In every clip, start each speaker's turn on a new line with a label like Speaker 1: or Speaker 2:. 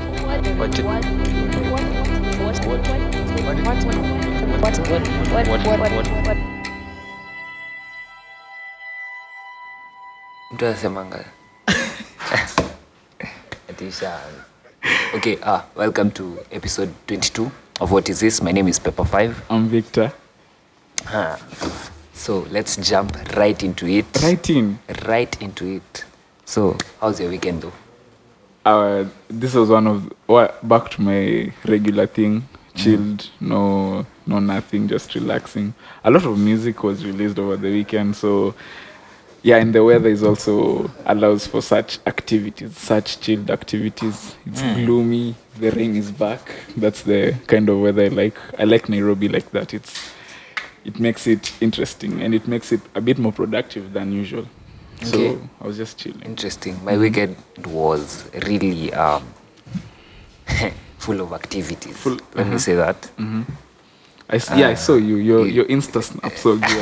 Speaker 1: What did
Speaker 2: What? What? What? What? What? What? What? What? What? What? What? What?
Speaker 1: mtu anasemanga atisha okay ah, welcome to episode 22 of what is this my name is pepper 5
Speaker 3: I'm Victor.
Speaker 1: so let's jump right into it
Speaker 3: Right in.
Speaker 1: right into it so how's your weekend though
Speaker 3: Uh, this was one of well, back to my regular thing. Chilled, no, no nothing, just relaxing. A lot of music was released over the weekend, so yeah. And the weather is also allows for such activities, such chilled activities. It's gloomy. The rain is back. That's the kind of weather I like. I like Nairobi like that. It's it makes it interesting and it makes it a bit more productive than usual.
Speaker 1: Okay.
Speaker 3: So I was just chilling.
Speaker 1: Interesting.
Speaker 3: Mm.
Speaker 1: My weekend was really um, full of activities.
Speaker 3: Full- Mm-hmm.
Speaker 1: Let me say that.
Speaker 3: I s- yeah, I saw you.
Speaker 1: Ah.
Speaker 3: Your your Insta snaps of you.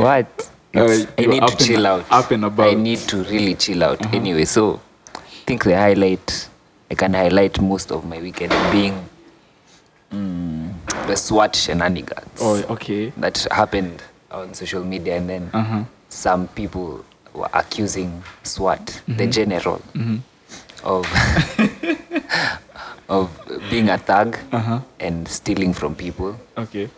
Speaker 1: What? I
Speaker 3: Uh, you were
Speaker 1: need to
Speaker 3: up and-
Speaker 1: chill out.
Speaker 3: up Uh-huh. and
Speaker 1: I
Speaker 3: about.
Speaker 1: need to really chill out. Anyway, so I think the highlight, I can highlight most of my weekend being mm, the SWAT shenanigans
Speaker 3: Oh, okay.
Speaker 1: that happened on social media, and then
Speaker 3: Uh-huh.
Speaker 1: some people were accusing SWAT, the
Speaker 3: Mm-hmm.
Speaker 1: general, of of being a thug
Speaker 3: Uh-huh.
Speaker 1: and stealing from people.
Speaker 3: Okay.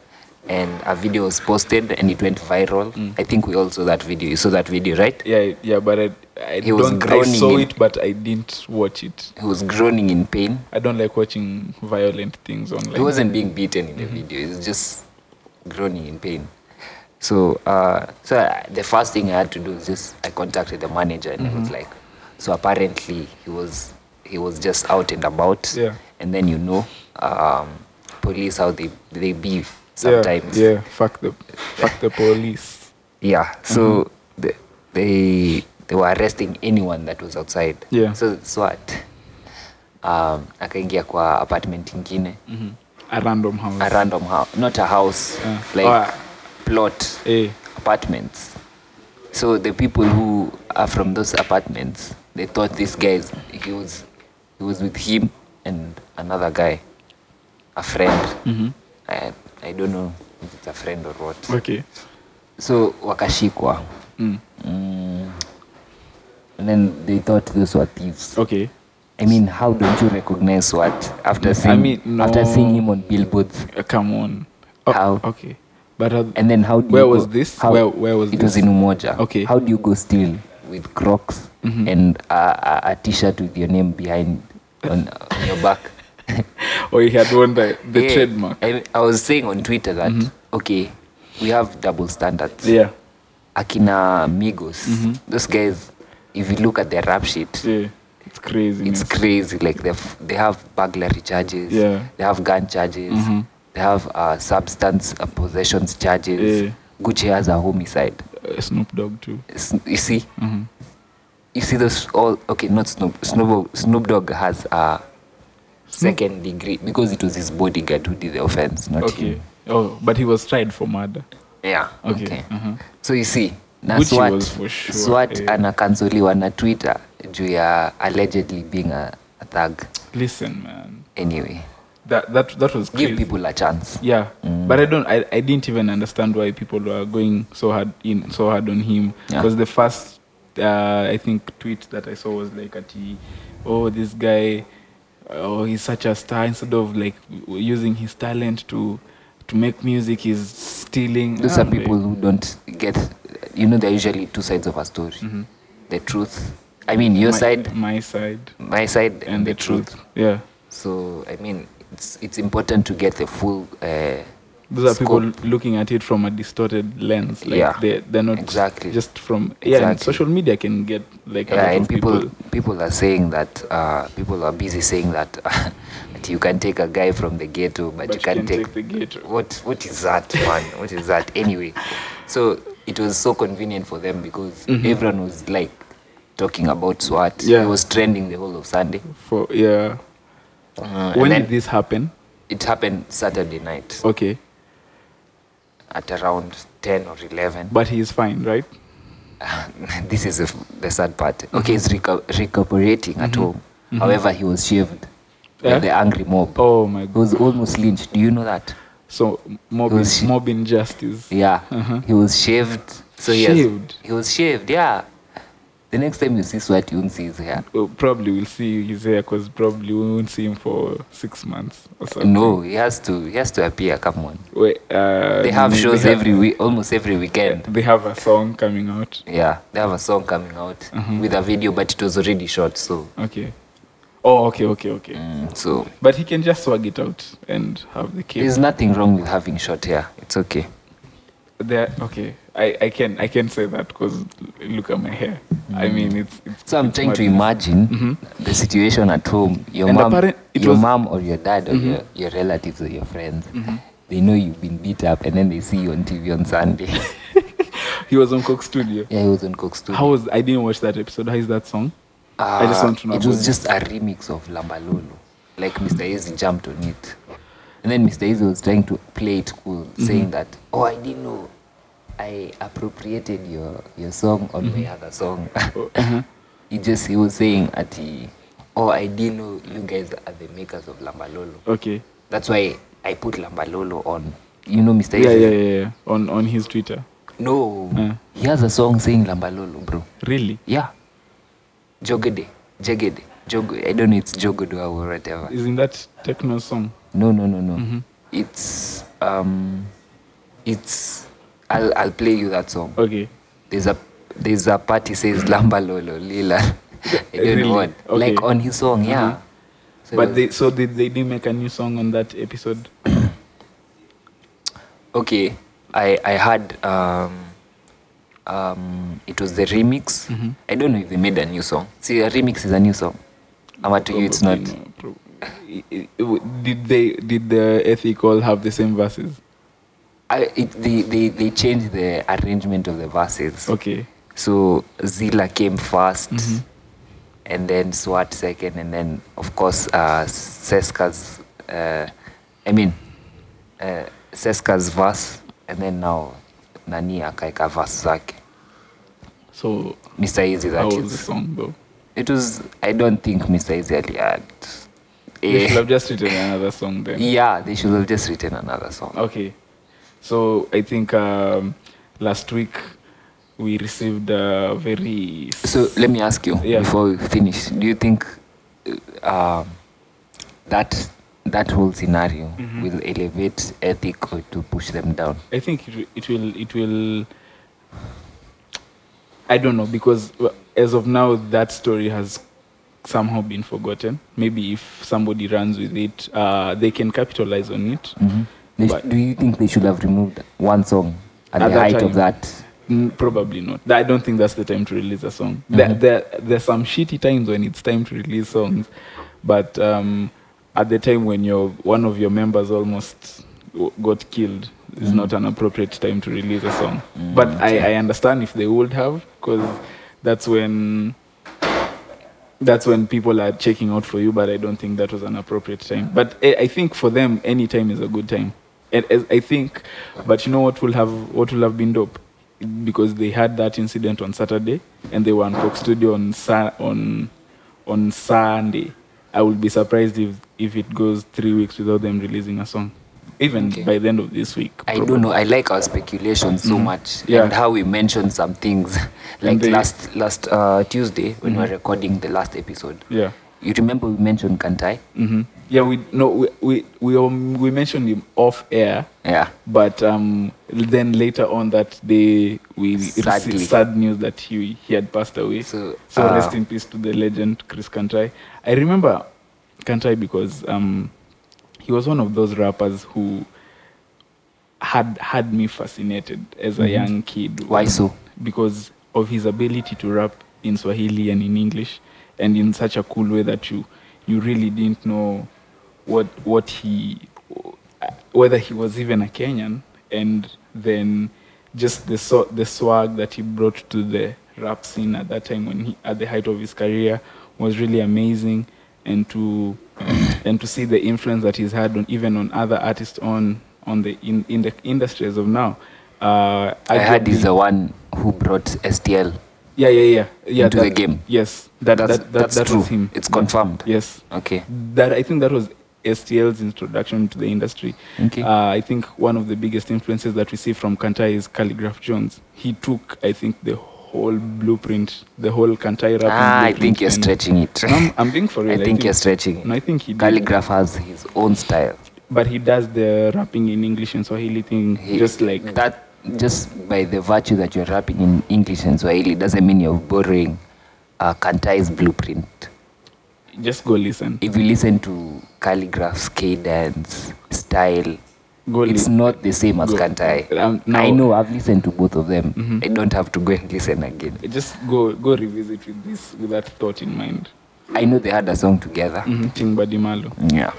Speaker 1: And a video was posted and it went viral.
Speaker 3: Mm.
Speaker 1: I think we all saw that video. You saw that video, right?
Speaker 3: Yeah, I- yeah, but I, I
Speaker 1: He
Speaker 3: don't.
Speaker 1: was
Speaker 3: I
Speaker 1: groaning
Speaker 3: saw
Speaker 1: in-
Speaker 3: it, but I didn't watch it.
Speaker 1: He was groaning in pain.
Speaker 3: I don't like watching violent things online.
Speaker 1: He wasn't being beaten in the
Speaker 3: Mm-hmm.
Speaker 1: video. He was just groaning in pain. So, uh, so I- the first thing I had to do is just I contacted the manager and
Speaker 3: Mm-hmm.
Speaker 1: I was like, so apparently he was he was just out and about.
Speaker 3: Yeah.
Speaker 1: And then you know, um, police how they they be sometimes.
Speaker 3: Yeah, yeah. Fuck the, fuck the police.
Speaker 1: Yeah. So
Speaker 3: Mm-hmm.
Speaker 1: the, they they were arresting anyone that was outside.
Speaker 3: Yeah.
Speaker 1: So SWAT um, akaingia kwa apartment ingine
Speaker 3: Mm-hmm. A random house.
Speaker 1: a random house, not a house,
Speaker 3: Yeah.
Speaker 1: like
Speaker 3: Oh, uh,
Speaker 1: plot
Speaker 3: Eh.
Speaker 1: apartments. So the people who are from those apartments, they thought this guy is- he was he was with him and another guy, a friend.
Speaker 3: Mm-hmm.
Speaker 1: I, I don't know if it's a friend or what
Speaker 3: Okay.
Speaker 1: so wakashikwa
Speaker 3: Mm.
Speaker 1: mm. and then they thought those were thieves
Speaker 3: Okay.
Speaker 1: i mean how don't you recognize what after seeing
Speaker 3: mean, no.
Speaker 1: after seeing him on billboards
Speaker 3: Uh, come on. Oh,
Speaker 1: How?
Speaker 3: Okay. But uh,
Speaker 1: and then how do
Speaker 3: where
Speaker 1: you
Speaker 3: was
Speaker 1: go-
Speaker 3: this?
Speaker 1: how-
Speaker 3: where where was
Speaker 1: it
Speaker 3: this?
Speaker 1: was in umoja
Speaker 3: Okay. Mm-hmm.
Speaker 1: how do you go still with crocs and a, a, a t-shirt with your name behind on, on your back
Speaker 3: or oh, he had won the, the
Speaker 1: Yeah.
Speaker 3: trademark. Mm-hmm.
Speaker 1: I, I was saying on twitter that okay we have double standards
Speaker 3: Yeah.
Speaker 1: akina migos
Speaker 3: Mm-hmm.
Speaker 1: those guys if you look at their rap sheet
Speaker 3: Yeah. It's crazy.
Speaker 1: it's crazy like they have, they have burglary charges
Speaker 3: Yeah. Mm-hmm.
Speaker 1: they have gun charges they have uh, substance uh, possessions charges
Speaker 3: Yeah.
Speaker 1: gucci has a homicide
Speaker 3: uh, Snoop Dogg too.
Speaker 1: S- you see
Speaker 3: Mm-hmm.
Speaker 1: you see those all okay not snoop snoop, snoop dogg has a second degree because it was his bodyguard who did the offense not
Speaker 3: Okay.
Speaker 1: him
Speaker 3: Oh, but he was tried for murder.
Speaker 1: yeah okay,
Speaker 3: Okay, uh-huh.
Speaker 1: so you see na
Speaker 3: Gucci
Speaker 1: swat,
Speaker 3: was for sure,
Speaker 1: swat
Speaker 3: yeah.
Speaker 1: anakansoliwa na twitter juu ya allegedly being a, a thug
Speaker 3: Listen, man,
Speaker 1: anyway
Speaker 3: that that that was crazy.
Speaker 1: give people a chance
Speaker 3: yeah, but I don't. I, I didn't even understand why people were going so hard in so hard on him
Speaker 1: Yeah.
Speaker 3: because the first uh, I think tweet that I saw was like at he, oh this guy, oh he's such a star. Instead of like w- using his talent to to make music, he's stealing.
Speaker 1: those are
Speaker 3: I'm like,
Speaker 1: people who don't get you know there are usually two sides of a story the truth i mean your
Speaker 3: Mm-hmm.
Speaker 1: side
Speaker 3: my, my side,
Speaker 1: my side
Speaker 3: and the, truth. Yeah,
Speaker 1: so i mean it's it's important to get the full uh,
Speaker 3: those are
Speaker 1: scope.
Speaker 3: people looking at it from a distorted lens like
Speaker 1: Yeah.
Speaker 3: they they're not
Speaker 1: Exactly.
Speaker 3: just from yeah and
Speaker 1: Exactly.
Speaker 3: social media can get like a
Speaker 1: yeah
Speaker 3: lot
Speaker 1: and
Speaker 3: of people,
Speaker 1: people people are saying that uh, people are busy saying that that you can take a guy from the ghetto but,
Speaker 3: but
Speaker 1: you can't take,
Speaker 3: the gate
Speaker 1: what what is that man what is that anyway so it was so convenient for them because everyone was like talking about swat
Speaker 3: Mm-hmm. Yeah.
Speaker 1: it was trending the whole of sunday
Speaker 3: for yeah
Speaker 1: Uh,
Speaker 3: when
Speaker 1: and then
Speaker 3: did this happen
Speaker 1: it happened saturday night
Speaker 3: okay
Speaker 1: at around 10 or 11
Speaker 3: but he's fine right
Speaker 1: this is the, f- the sad part okay it's reco- recuperating at home However, he was shaved by
Speaker 3: Mm-hmm. Yeah?
Speaker 1: the angry mob.
Speaker 3: Oh my
Speaker 1: He
Speaker 3: god.
Speaker 1: was almost lynched. Do you know that?
Speaker 3: So mob
Speaker 1: Those
Speaker 3: is
Speaker 1: shi-
Speaker 3: mob injustice.
Speaker 1: Yeah. He was shaved. So he has-
Speaker 3: Uh-huh. Shaved?
Speaker 1: he was shaved, yeah. The next time you see Swati, you won't see his hair.
Speaker 3: Well, probably we'll see his hair because probably we won't see him for six months or something.
Speaker 1: No, he has to he has to appear, come on.
Speaker 3: Wait, uh,
Speaker 1: They have shows
Speaker 3: have-
Speaker 1: every week almost every weekend.
Speaker 3: They have a song coming out.
Speaker 1: Yeah, they have a song coming out
Speaker 3: Uh-huh.
Speaker 1: with a video, but it was already shot. So, mm,
Speaker 3: Okay. Oh, okay, okay, okay.
Speaker 1: so
Speaker 3: But he can just swag it out and have the kid.
Speaker 1: there's nothing wrong with having short hair. It's okay.
Speaker 3: There, okay. I, I can I can say that because look at my hair. I mean, it's, it's
Speaker 1: Mm. So I'm
Speaker 3: it's
Speaker 1: trying to
Speaker 3: madness.
Speaker 1: imagine the situation at home. Your
Speaker 3: And
Speaker 1: mom,
Speaker 3: apparent- it
Speaker 1: your
Speaker 3: was- Mm-hmm.
Speaker 1: mom or your dad or your, your relatives or your friends. They know you've been beat up, and then they see you on TV on Sunday.
Speaker 3: He was on Coke Studio.
Speaker 1: yeah, he was on Coke Studio.
Speaker 3: How was I didn't watch that episode. How is that song? I just
Speaker 1: Uh,
Speaker 3: want to know
Speaker 1: It
Speaker 3: about
Speaker 1: was just a remix of Lambalolo. Like Mr. Easy jumped on it. And then Mr. Easy was trying to play it cool,
Speaker 3: Mm-hmm.
Speaker 1: saying that, oh, I didn't know. I appropriated your, your song on
Speaker 3: Mm-hmm.
Speaker 1: my other song.
Speaker 3: Oh, uh-huh.
Speaker 1: he just, he was saying at he, oh, I didn't know you guys are the makers of Lambalolo.
Speaker 3: Okay.
Speaker 1: That's why I put Lambalolo on. You know Mr.
Speaker 3: Yeah,
Speaker 1: Easy?
Speaker 3: yeah, yeah, yeah. On on his Twitter.
Speaker 1: No.
Speaker 3: Yeah. Uh-huh.
Speaker 1: He has a song saying Lambalolo, bro.
Speaker 3: Really?
Speaker 1: Yeah. Jogede. Jogede. Jog I don't know it's Jogodo or whatever.
Speaker 3: Isn't that techno song?
Speaker 1: No, no, no, no.
Speaker 3: Mm-hmm.
Speaker 1: It's um it's I'll I'll play you that song.
Speaker 3: Okay.
Speaker 1: There's a there's a party says Lamba Lolo Lila. I don't
Speaker 3: Really?
Speaker 1: know what.
Speaker 3: Okay. Mm-hmm.
Speaker 1: Like on his song, yeah. So
Speaker 3: but they so did they did make a new song on that episode?
Speaker 1: okay. I I had um um it was the remix.
Speaker 3: Mm-hmm.
Speaker 1: I don't know if they made a new song. See a remix is a new song. Ama to you it's not.
Speaker 3: Probably no, prob- I- I- w- Did they did the ethical have the same verses?
Speaker 1: I, it, they, they, they changed the arrangement of the verses.
Speaker 3: Okay. Mm-hmm.
Speaker 1: So Zilla came 1st and then Swat second, and then, of course, uh, Seska's, uh, I mean, uh, Seska's verse, and then now Nani akaika verse zake.
Speaker 3: So
Speaker 1: Mr. Easy,
Speaker 3: how
Speaker 1: that
Speaker 3: was the
Speaker 1: is.
Speaker 3: song though?
Speaker 1: It was, I don't think Mr. Easy Ali had.
Speaker 3: They should
Speaker 1: Eh,
Speaker 3: have just written another song then.
Speaker 1: yeah, they should have just written another song.
Speaker 3: Okay. So I think um, last week we received a very
Speaker 1: So let me ask you
Speaker 3: Yeah.
Speaker 1: before we finish. Do you think uh, um, that that whole scenario
Speaker 3: Mm-hmm.
Speaker 1: will elevate ethic or to push them down?
Speaker 3: I think it, wi- it will it will I don't know because w- as of now that story has somehow been forgotten. Maybe if somebody runs with it, uh, they can capitalize on it.
Speaker 1: They sh-
Speaker 3: But-
Speaker 1: do you think they should have removed one song at,
Speaker 3: At
Speaker 1: the
Speaker 3: that
Speaker 1: height
Speaker 3: time.
Speaker 1: of that?
Speaker 3: Mm, probably not. Th- I don't think that's the time to release a song. There, there, there's some shitty times when it's time to release songs, but um, at the time when your one of your members almost w- got killed, is not an appropriate time to release a song. But I, I understand if they would have, because that's when that's when people are checking out for you. But I don't think that was an appropriate time. But I, I think for them, any time is a good time. And as I think, but you know what will have what will have been dope, because they had that incident on Saturday and they were on Coke Studio on Sa- on on Sunday. I would be surprised if if it goes three weeks without them releasing a song, even
Speaker 1: Okay.
Speaker 3: by the end of this week.
Speaker 1: I
Speaker 3: probably.
Speaker 1: don't know. I like our speculation so much,
Speaker 3: Yeah.
Speaker 1: and how we mentioned some things, like
Speaker 3: they- Mm-hmm.
Speaker 1: last last uh, Tuesday when we were recording the last episode.
Speaker 3: Yeah.
Speaker 1: You remember we mentioned Kantai?
Speaker 3: hmm Yeah, we no we we we, um, we mentioned him off air.
Speaker 1: Yeah.
Speaker 3: But um, then later on that day, we
Speaker 1: Sadly.
Speaker 3: received sad news that he, he had passed away.
Speaker 1: So, uh,
Speaker 3: rest in peace to the legend, Chris Kantrai. I remember Kantrai because um, he was one of those rappers who had had me fascinated as a young kid.
Speaker 1: Mhm. Why so?
Speaker 3: Because of his ability to rap in Swahili and in English, and in such a cool way that you you really didn't know what what he whether he was even a Kenyan, and then just the so, the swag that he brought to the rap scene at that time when he at the height of his career was really amazing, and to and to see the influence that he's had on even on other artists on on the in, in the industry as of now. Uh,
Speaker 1: I heard
Speaker 3: arguably-
Speaker 1: he's the one who brought STL.
Speaker 3: yeah, yeah, yeah, yeah.
Speaker 1: Into the game.
Speaker 3: Yes, that
Speaker 1: that's,
Speaker 3: that, that,
Speaker 1: that's
Speaker 3: that
Speaker 1: true.
Speaker 3: was him.
Speaker 1: It's confirmed.
Speaker 3: Yes,
Speaker 1: Okay.
Speaker 3: that I think that was STL's introduction to the industry.
Speaker 1: Okay.
Speaker 3: Uh, I think one of the biggest influences that we see from Kantai is Calligraph Jones. He took, I think, the whole blueprint, the whole Kantai rap.
Speaker 1: ah, I think you're stretching it.
Speaker 3: No, I'm, I'm being for real.
Speaker 1: I think you're stretching it.
Speaker 3: No, I think he did.
Speaker 1: Calligraph has his own style.
Speaker 3: But he does the rapping in English and Swahili thing,
Speaker 1: He-
Speaker 3: just like
Speaker 1: that. Just by the virtue that you're rapping in English and Swahili doesn't mean you're borrowing uh, Kantai's blueprint.
Speaker 3: just go listen.
Speaker 1: If you listen to Calligraph's cadence, style,
Speaker 3: Go
Speaker 1: it's
Speaker 3: listen.
Speaker 1: not the same as
Speaker 3: Go-
Speaker 1: Kantai.
Speaker 3: Um, now- Mm-hmm.
Speaker 1: I know. I've listened to both of them. I don't have to go and listen again.
Speaker 3: Just go go revisit with this with that thought in mind.
Speaker 1: I know they had a song together.
Speaker 3: Mm-hmm. Chingbadi Malo.
Speaker 1: Yeah.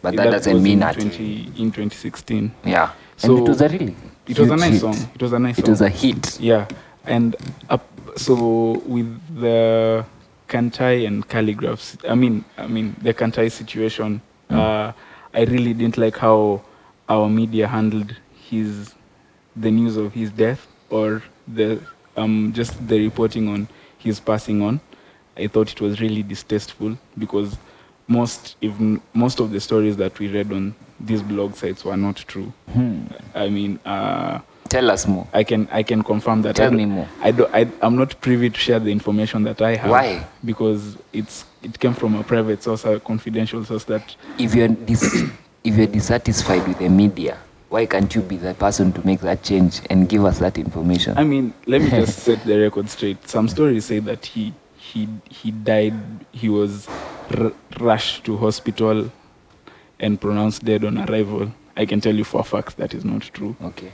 Speaker 1: But that,
Speaker 3: was
Speaker 1: doesn't mean
Speaker 3: in
Speaker 1: that.
Speaker 3: 20, in 2016.
Speaker 1: Yeah.
Speaker 3: So-
Speaker 1: and it was a really.
Speaker 3: It was a
Speaker 1: huge
Speaker 3: nice
Speaker 1: hit.
Speaker 3: song. It was a nice
Speaker 1: It
Speaker 3: song.
Speaker 1: was a hit.
Speaker 3: yeah, and up, so with the Kantai and calligraphs. I mean, I mean the Kantai situation. Uh, I really didn't like how our media handled his the news of his death or the um just the reporting on his passing on. I thought it was really distasteful because most even most of the stories that we read on these blog sites were not true. I mean. Uh,
Speaker 1: Tell us more.
Speaker 3: I can I can confirm that.
Speaker 1: Tell
Speaker 3: I don't-
Speaker 1: me more.
Speaker 3: I do, I, I'm not privy to share the information that I have.
Speaker 1: Why?
Speaker 3: Because it's it came from a private source, a confidential source. That
Speaker 1: If you're dis- if you're dissatisfied with the media, why can't you be the person to make that change and give us that information?
Speaker 3: I mean, let me just set the record straight. Some stories say that he he he died. He was r- rushed to hospital and pronounced dead on arrival. I can tell you for a fact that is not true.
Speaker 1: okay.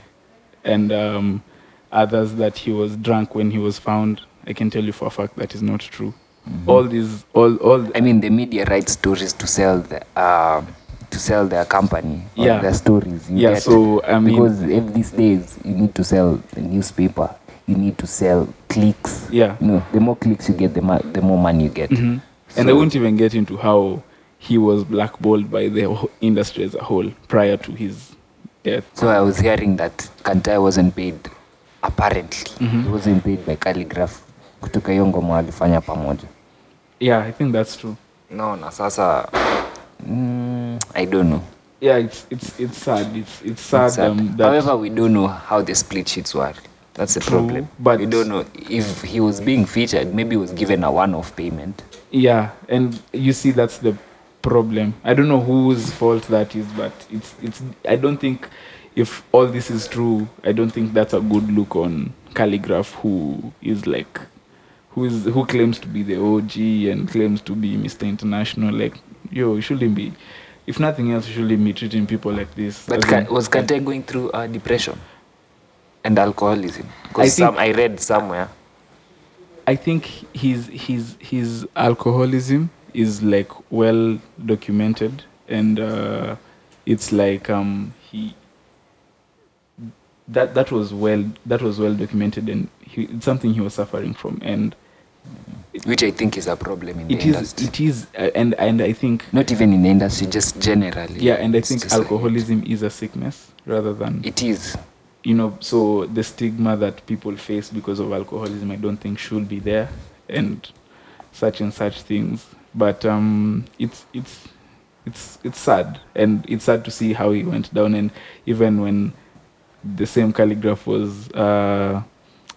Speaker 3: and um, others that he was drunk when he was found. I can tell you for a fact that is not true.
Speaker 1: Mm-hmm.
Speaker 3: All these, all, all.
Speaker 1: I mean, the media writes stories to sell the. Uh, to sell their company or
Speaker 3: Yeah.
Speaker 1: their stories. You
Speaker 3: Yeah,
Speaker 1: get.
Speaker 3: so, I mean-
Speaker 1: because if these days you need to sell the newspaper, you need to sell clicks.
Speaker 3: Yeah.
Speaker 1: No, the more clicks you get, the, ma- the more money you get.
Speaker 3: Mhm. and I
Speaker 1: So-
Speaker 3: won't even get into how he was blackballed by the wh- industry as a whole prior to his death.
Speaker 1: So I was hearing that Kantai wasn't paid apparently.
Speaker 3: Mhm.
Speaker 1: He wasn't paid by Calligraph kutoka hiyo ngoma walifanya pamoja.
Speaker 3: Yeah, I think that's true.
Speaker 1: No, na sasa mm, I don't know.
Speaker 3: Yeah, it's it's it's sad. It's it's sad.
Speaker 1: It's sad.
Speaker 3: Um, that
Speaker 1: However, we don't know how the split sheets were. That's the
Speaker 3: True,
Speaker 1: problem.
Speaker 3: but-
Speaker 1: we don't know if he was being featured, maybe he was given a one-off payment.
Speaker 3: yeah, and you see that's the problem. I don't know whose fault that is, but it's it's. I don't think if all this is true, I don't think that's a good look on calligraph who is like who is who claims to be the OG and claims to be Mr. International. Like yo, you shouldn't be. If nothing else, you shouldn't be treating people like this.
Speaker 1: But
Speaker 3: As
Speaker 1: Ka-
Speaker 3: in-
Speaker 1: was Kantai going through uh, depression and alcoholism? Because
Speaker 3: I
Speaker 1: I, some,
Speaker 3: think-
Speaker 1: I read somewhere.
Speaker 3: I think his his his alcoholism is like well documented, and uh, it's like um he that that was well that was well documented, and he, it's something he was suffering from, and
Speaker 1: which I think is a problem in
Speaker 3: it
Speaker 1: the
Speaker 3: is
Speaker 1: industry.
Speaker 3: it is uh, and and I think
Speaker 1: Not even in the industry, just generally.
Speaker 3: yeah, and I
Speaker 1: It's
Speaker 3: think
Speaker 1: just like-
Speaker 3: alcoholism is a sickness rather than
Speaker 1: it is.
Speaker 3: you know so the stigma that people face because of alcoholism i don't think should be there and such and such things but um it's it's it's it's sad and it's sad to see how he went down and even when the same calligraph was uh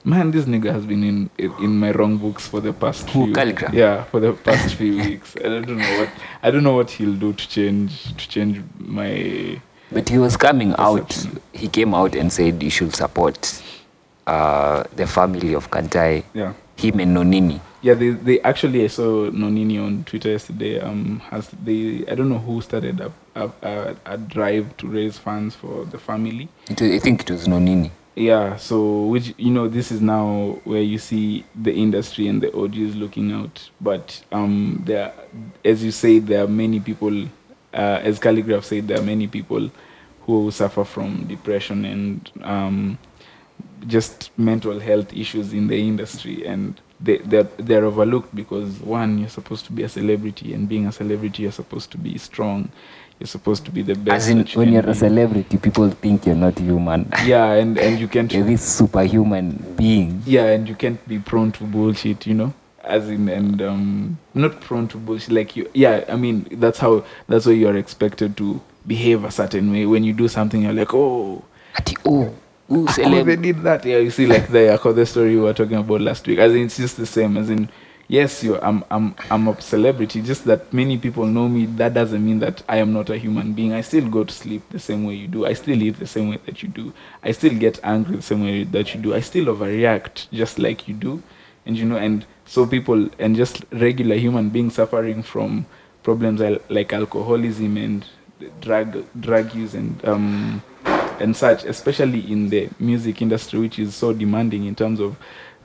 Speaker 3: man this nigga has been in in my wrong books for the past
Speaker 1: Who,
Speaker 3: few
Speaker 1: Calligraph?
Speaker 3: yeah for the past few weeks i don't know what i don't know what he'll do to change to change my
Speaker 1: But he was coming out.
Speaker 3: Perception.
Speaker 1: He came out and said you should support uh, the family of Kantai,
Speaker 3: yeah
Speaker 1: him and Nonini.
Speaker 3: Yeah, they, they actually I saw Nonini on Twitter yesterday. Um, has they I don't know who started a a, a, a drive to raise funds for the family.
Speaker 1: It was, I think it was Nonini.
Speaker 3: Yeah, so which you know this is now where you see the industry and the OGs looking out. But um, there, as you say, there are many people. Uh, as Calligraph said, there are many people who suffer from depression and um, just mental health issues in the industry, and they they're, they're overlooked because one you're supposed to be a celebrity and being a celebrity you're supposed to be strong you're supposed to be the best
Speaker 1: As in,
Speaker 3: that you
Speaker 1: when
Speaker 3: can
Speaker 1: you're a
Speaker 3: be.
Speaker 1: celebrity, people think you're not human.
Speaker 3: yeah and and you can't
Speaker 1: You're this superhuman being.
Speaker 3: yeah and you can't be prone to bullshit you know as in and um not prone to bullshit like you yeah i mean that's how that's why you're expected to behave a certain way when you do something you're like oh
Speaker 1: Ati, oh, ooh,
Speaker 3: Akothe
Speaker 1: celeb.
Speaker 3: did that yeah you see like the Akothe story we were talking about last week as in it's just the same as in yes you i'm i'm i'm a celebrity just that many people know me that doesn't mean that i am not a human being i still go to sleep the same way you do i still eat the same way that you do i still get angry the same way that you do i still overreact just like you do and you know and so people and just regular human beings suffering from problems al- like alcoholism and drug drug use and um and such especially in the music industry which is so demanding in terms of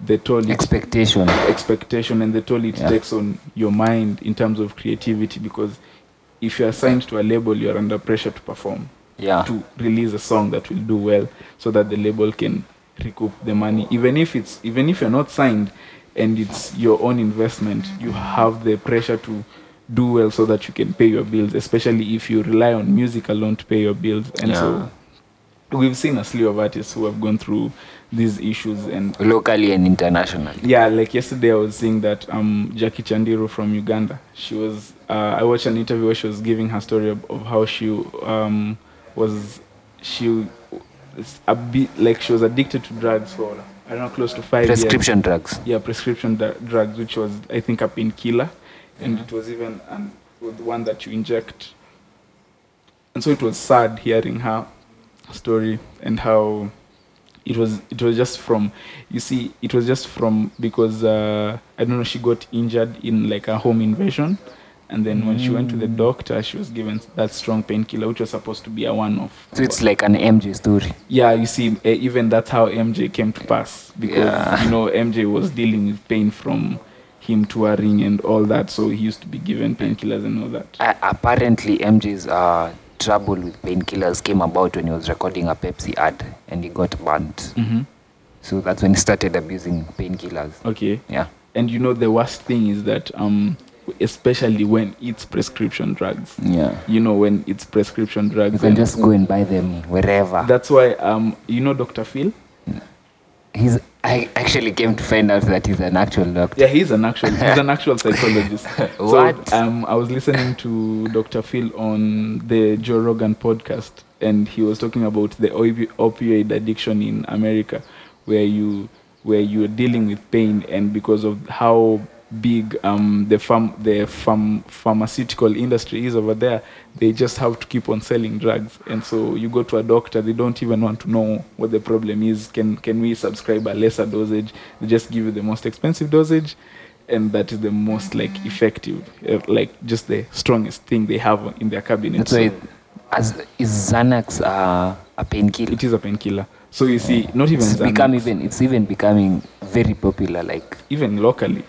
Speaker 3: the toll it
Speaker 1: Expectation.
Speaker 3: expectation and the toll it
Speaker 1: Yeah.
Speaker 3: takes on your mind in terms of creativity because if you're assigned to a label you're under pressure to perform
Speaker 1: Yeah.
Speaker 3: to release a song that will do well so that the label can recoup the money even if it's even if you're not signed and it's your own investment you have the pressure to do well so that you can pay your bills especially if you rely on music alone to pay your bills and so we've seen a slew of artists who have gone through these issues and
Speaker 1: Locally and internationally.
Speaker 3: yeah, like yesterday I was seeing that um, Jackie Chandiru from Uganda. She was uh, I watched an interview where she was giving her story of, of how she um, was she was a bit like she was addicted to drugs for I don't know close to five years
Speaker 1: Prescription drugs.
Speaker 3: yeah prescription dra- drugs which was i think a painkiller and
Speaker 1: Mm-hmm.
Speaker 3: it was even an, with one that you inject and so it was sad hearing her story and how it was it was just from you see it was just from because uh, i don't know she got injured in like a home invasion and then when she went to the
Speaker 1: Mm.
Speaker 3: doctor she was given that strong painkiller which was supposed to be a one-off
Speaker 1: So it's like an MJ story.
Speaker 3: yeah, you see, eh, even that's how MJ came to pass because
Speaker 1: Yeah.
Speaker 3: you know MJ was dealing with pain from him touring and all that, so he used to be given painkillers and all that.
Speaker 1: A- apparently, MJ's uh, trouble with painkillers came about when he was recording a Pepsi ad and he got burnt.
Speaker 3: Mm-hmm.
Speaker 1: So that's when he started abusing painkillers.
Speaker 3: Okay,
Speaker 1: Yeah.
Speaker 3: and you know the worst thing is that, um, especially when it's prescription drugs,
Speaker 1: Yeah.
Speaker 3: you know when it's prescription drugs,
Speaker 1: You can
Speaker 3: and
Speaker 1: just go and buy them wherever.
Speaker 3: that's why um, you know Doctor Phil.
Speaker 1: He's. I actually came to find out that he's an actual doctor.
Speaker 3: Yeah, he's an actual he's an actual psychologist.
Speaker 1: What?
Speaker 3: So um, I was listening to Dr. Phil on the Joe Rogan podcast, and he was talking about the opi- opioid addiction in America, where you where you're dealing with pain, and because of how big um, the farm the farm pharmaceutical industry is over there, they just have to keep on selling drugs, and so you go to a doctor, they don't even want to know what the problem is. Can can we subscribe a lesser dosage? They just give you the most expensive dosage and that is the most like effective, uh, like just the strongest thing they have in their cabinet.
Speaker 1: That's
Speaker 3: So
Speaker 1: why, as is Xanax uh, a painkiller?
Speaker 3: it is a painkiller. So you see, not even
Speaker 1: It's
Speaker 3: Xanax,
Speaker 1: become even. It's even becoming very popular. Like
Speaker 3: even locally.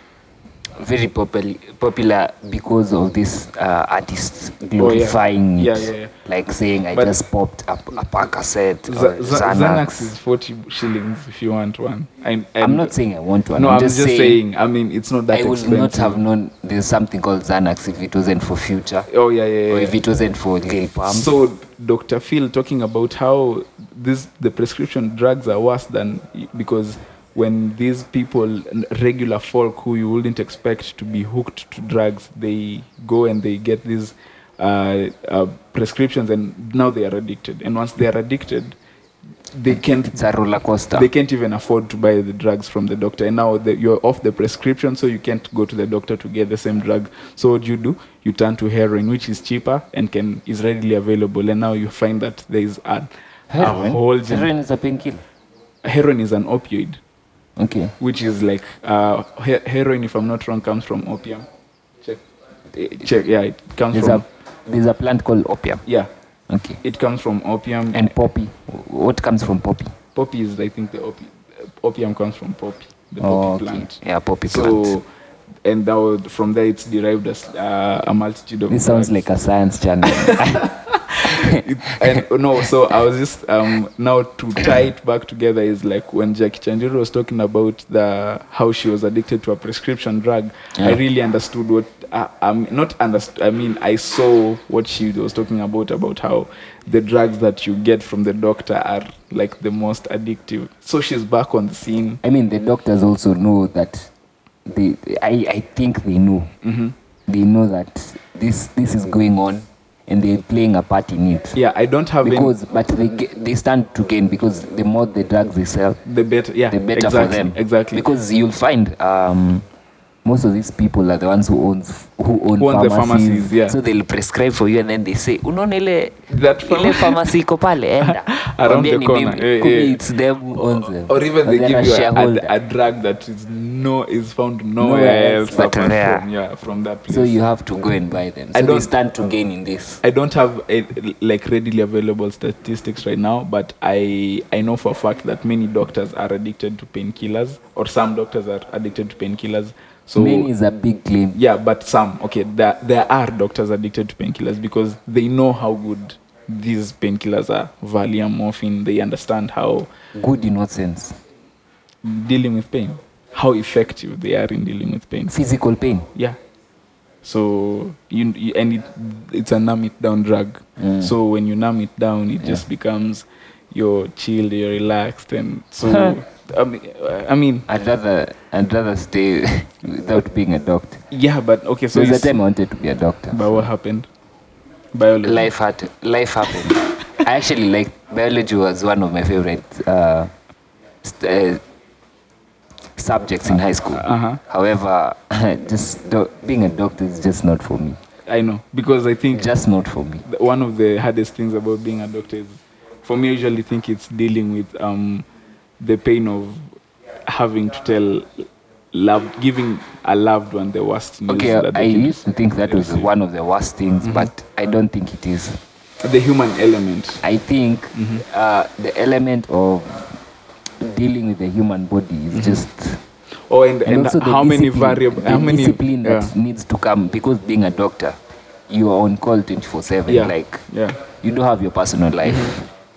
Speaker 1: very popular popular because of these uh, artists glorifying
Speaker 3: Oh, Yeah,
Speaker 1: it
Speaker 3: yeah, yeah.
Speaker 1: like saying i
Speaker 3: But-
Speaker 1: just popped a, a pack set
Speaker 3: Z-
Speaker 1: or
Speaker 3: Z-
Speaker 1: Oh, Xanax.
Speaker 3: Xanax is forty shillings if you want one. And, and
Speaker 1: i'm not saying i want one
Speaker 3: no,
Speaker 1: i'm just saying,
Speaker 3: I mean, it's not that
Speaker 1: i would
Speaker 3: expensive.
Speaker 1: not have known there's something called xanax if it wasn't for future
Speaker 3: Oh yeah, yeah, yeah.
Speaker 1: or
Speaker 3: yeah.
Speaker 1: if it wasn't for lil pump
Speaker 3: so Dr. Phil talking about how this the prescription drugs are worse than because when these people regular folk who you wouldn't expect to be hooked to drugs they go and they get these uh, uh, prescriptions and now they are addicted and once they are addicted they can't
Speaker 1: it's a roller coaster
Speaker 3: they can't even afford to buy the drugs from the doctor and now the, you're off the prescription so you can't go to the doctor to get the same drug so what do you do you turn to heroin which is cheaper and can is readily available and now you find that there is a, a whole
Speaker 1: heroin,
Speaker 3: gen-
Speaker 1: heroin is a painkiller
Speaker 3: heroin is an opioid
Speaker 1: okay
Speaker 3: which is like uh, he- heroin if i'm not wrong comes from opium check Eh, check yeah it comes
Speaker 1: there's
Speaker 3: from
Speaker 1: a there's a plant called opium
Speaker 3: yeah
Speaker 1: okay
Speaker 3: it comes from opium
Speaker 1: and poppy what comes from poppy
Speaker 3: poppy is i think the opi- opium comes from poppy the poppy
Speaker 1: oh, okay.
Speaker 3: plant
Speaker 1: yeah poppy plant
Speaker 3: so and that would, from there it's derived as uh, a multitude of
Speaker 1: this sounds
Speaker 3: drugs.
Speaker 1: like a science channel
Speaker 3: it, and no, so I was just um now to tie it back together is like when Jackie Chandiru was talking about the how she was addicted to a prescription drug. I
Speaker 1: Yeah.
Speaker 3: really understood what uh, I, I'm not understood. I mean, I saw what she was talking about about how the drugs that you get from the doctor are like the most addictive. So she's back on the scene.
Speaker 1: I mean, the doctors also know that they. I, I think they know.
Speaker 3: Mm-hmm.
Speaker 1: They know that this this is going on, and they're playing a part in it.
Speaker 3: Yeah, I don't have any.
Speaker 1: Because, but they ge- they stand to gain because the more the drugs they sell,
Speaker 3: the better yeah
Speaker 1: the better
Speaker 3: exactly,
Speaker 1: for them.
Speaker 3: exactly
Speaker 1: Because you'll find um, most of these people are the ones who owns who own,
Speaker 3: Who own the pharmacies, yeah.
Speaker 1: So they'll prescribe for you and then they say, unaona ile
Speaker 3: That
Speaker 1: ile
Speaker 3: pharma-
Speaker 1: pharmacy iko pale enda.
Speaker 3: Around the
Speaker 1: Waambieni
Speaker 3: corner,
Speaker 1: mimi,
Speaker 3: eh,
Speaker 1: kumbe
Speaker 3: eh.
Speaker 1: It's them who owns them.
Speaker 3: or even they
Speaker 1: Or they're
Speaker 3: give you a,
Speaker 1: shareholder.
Speaker 3: a, a drug that is no is found nowhere else
Speaker 1: but
Speaker 3: apart
Speaker 1: there.
Speaker 3: from, yeah from that place
Speaker 1: so you have to go and buy them.
Speaker 3: I
Speaker 1: So they
Speaker 3: don't-
Speaker 1: stand to gain in this.
Speaker 3: I don't have a, like readily available statistics right now, but I I know for a fact that many doctors are addicted to painkillers, or some doctors are addicted to painkillers. So
Speaker 1: Main is a big claim.
Speaker 3: yeah, but some okay, there there are doctors addicted to painkillers because they know how good these painkillers are, Valium, morphine. They understand how
Speaker 1: Good in what sense?
Speaker 3: dealing with pain, how effective they are in dealing with pain.
Speaker 1: Physical pain.
Speaker 3: Yeah. So you, you and it, it's a numb it down drug.
Speaker 1: Mm.
Speaker 3: So when you numb it down, it just becomes you're chilled, you're relaxed, and so I mean, I mean,
Speaker 1: I'd rather I'd rather stay without being a doctor.
Speaker 3: yeah, but okay.
Speaker 1: So
Speaker 3: So you
Speaker 1: There's a
Speaker 3: s-
Speaker 1: time I wanted to be a doctor.
Speaker 3: but what happened? Biology.
Speaker 1: life had life happened i actually like biology was one of my favorite uh, st- uh, subjects in high school
Speaker 3: Uh-huh.
Speaker 1: however just do- being a doctor is just not for me
Speaker 3: I know because I think
Speaker 1: just not for me
Speaker 3: th- one of the hardest things about being a doctor is for me I usually think it's dealing with um, the pain of having to tell love giving a loved one the worst news
Speaker 1: okay
Speaker 3: that Mm-hmm. they
Speaker 1: i
Speaker 3: can
Speaker 1: used to think that was one of the worst things but i don't think it is
Speaker 3: the human element
Speaker 1: i think
Speaker 3: Mm-hmm.
Speaker 1: uh, the element of dealing with the human body is
Speaker 3: Mm-hmm.
Speaker 1: just
Speaker 3: oh and,
Speaker 1: and,
Speaker 3: and,
Speaker 1: also the
Speaker 3: how many
Speaker 1: discipline-
Speaker 3: variable
Speaker 1: the
Speaker 3: how many
Speaker 1: discipline
Speaker 3: yeah.
Speaker 1: that needs to come because being a doctor you are on call 24 7
Speaker 3: Yeah. Mm-hmm.
Speaker 1: like
Speaker 3: Yeah.
Speaker 1: you don't have your personal life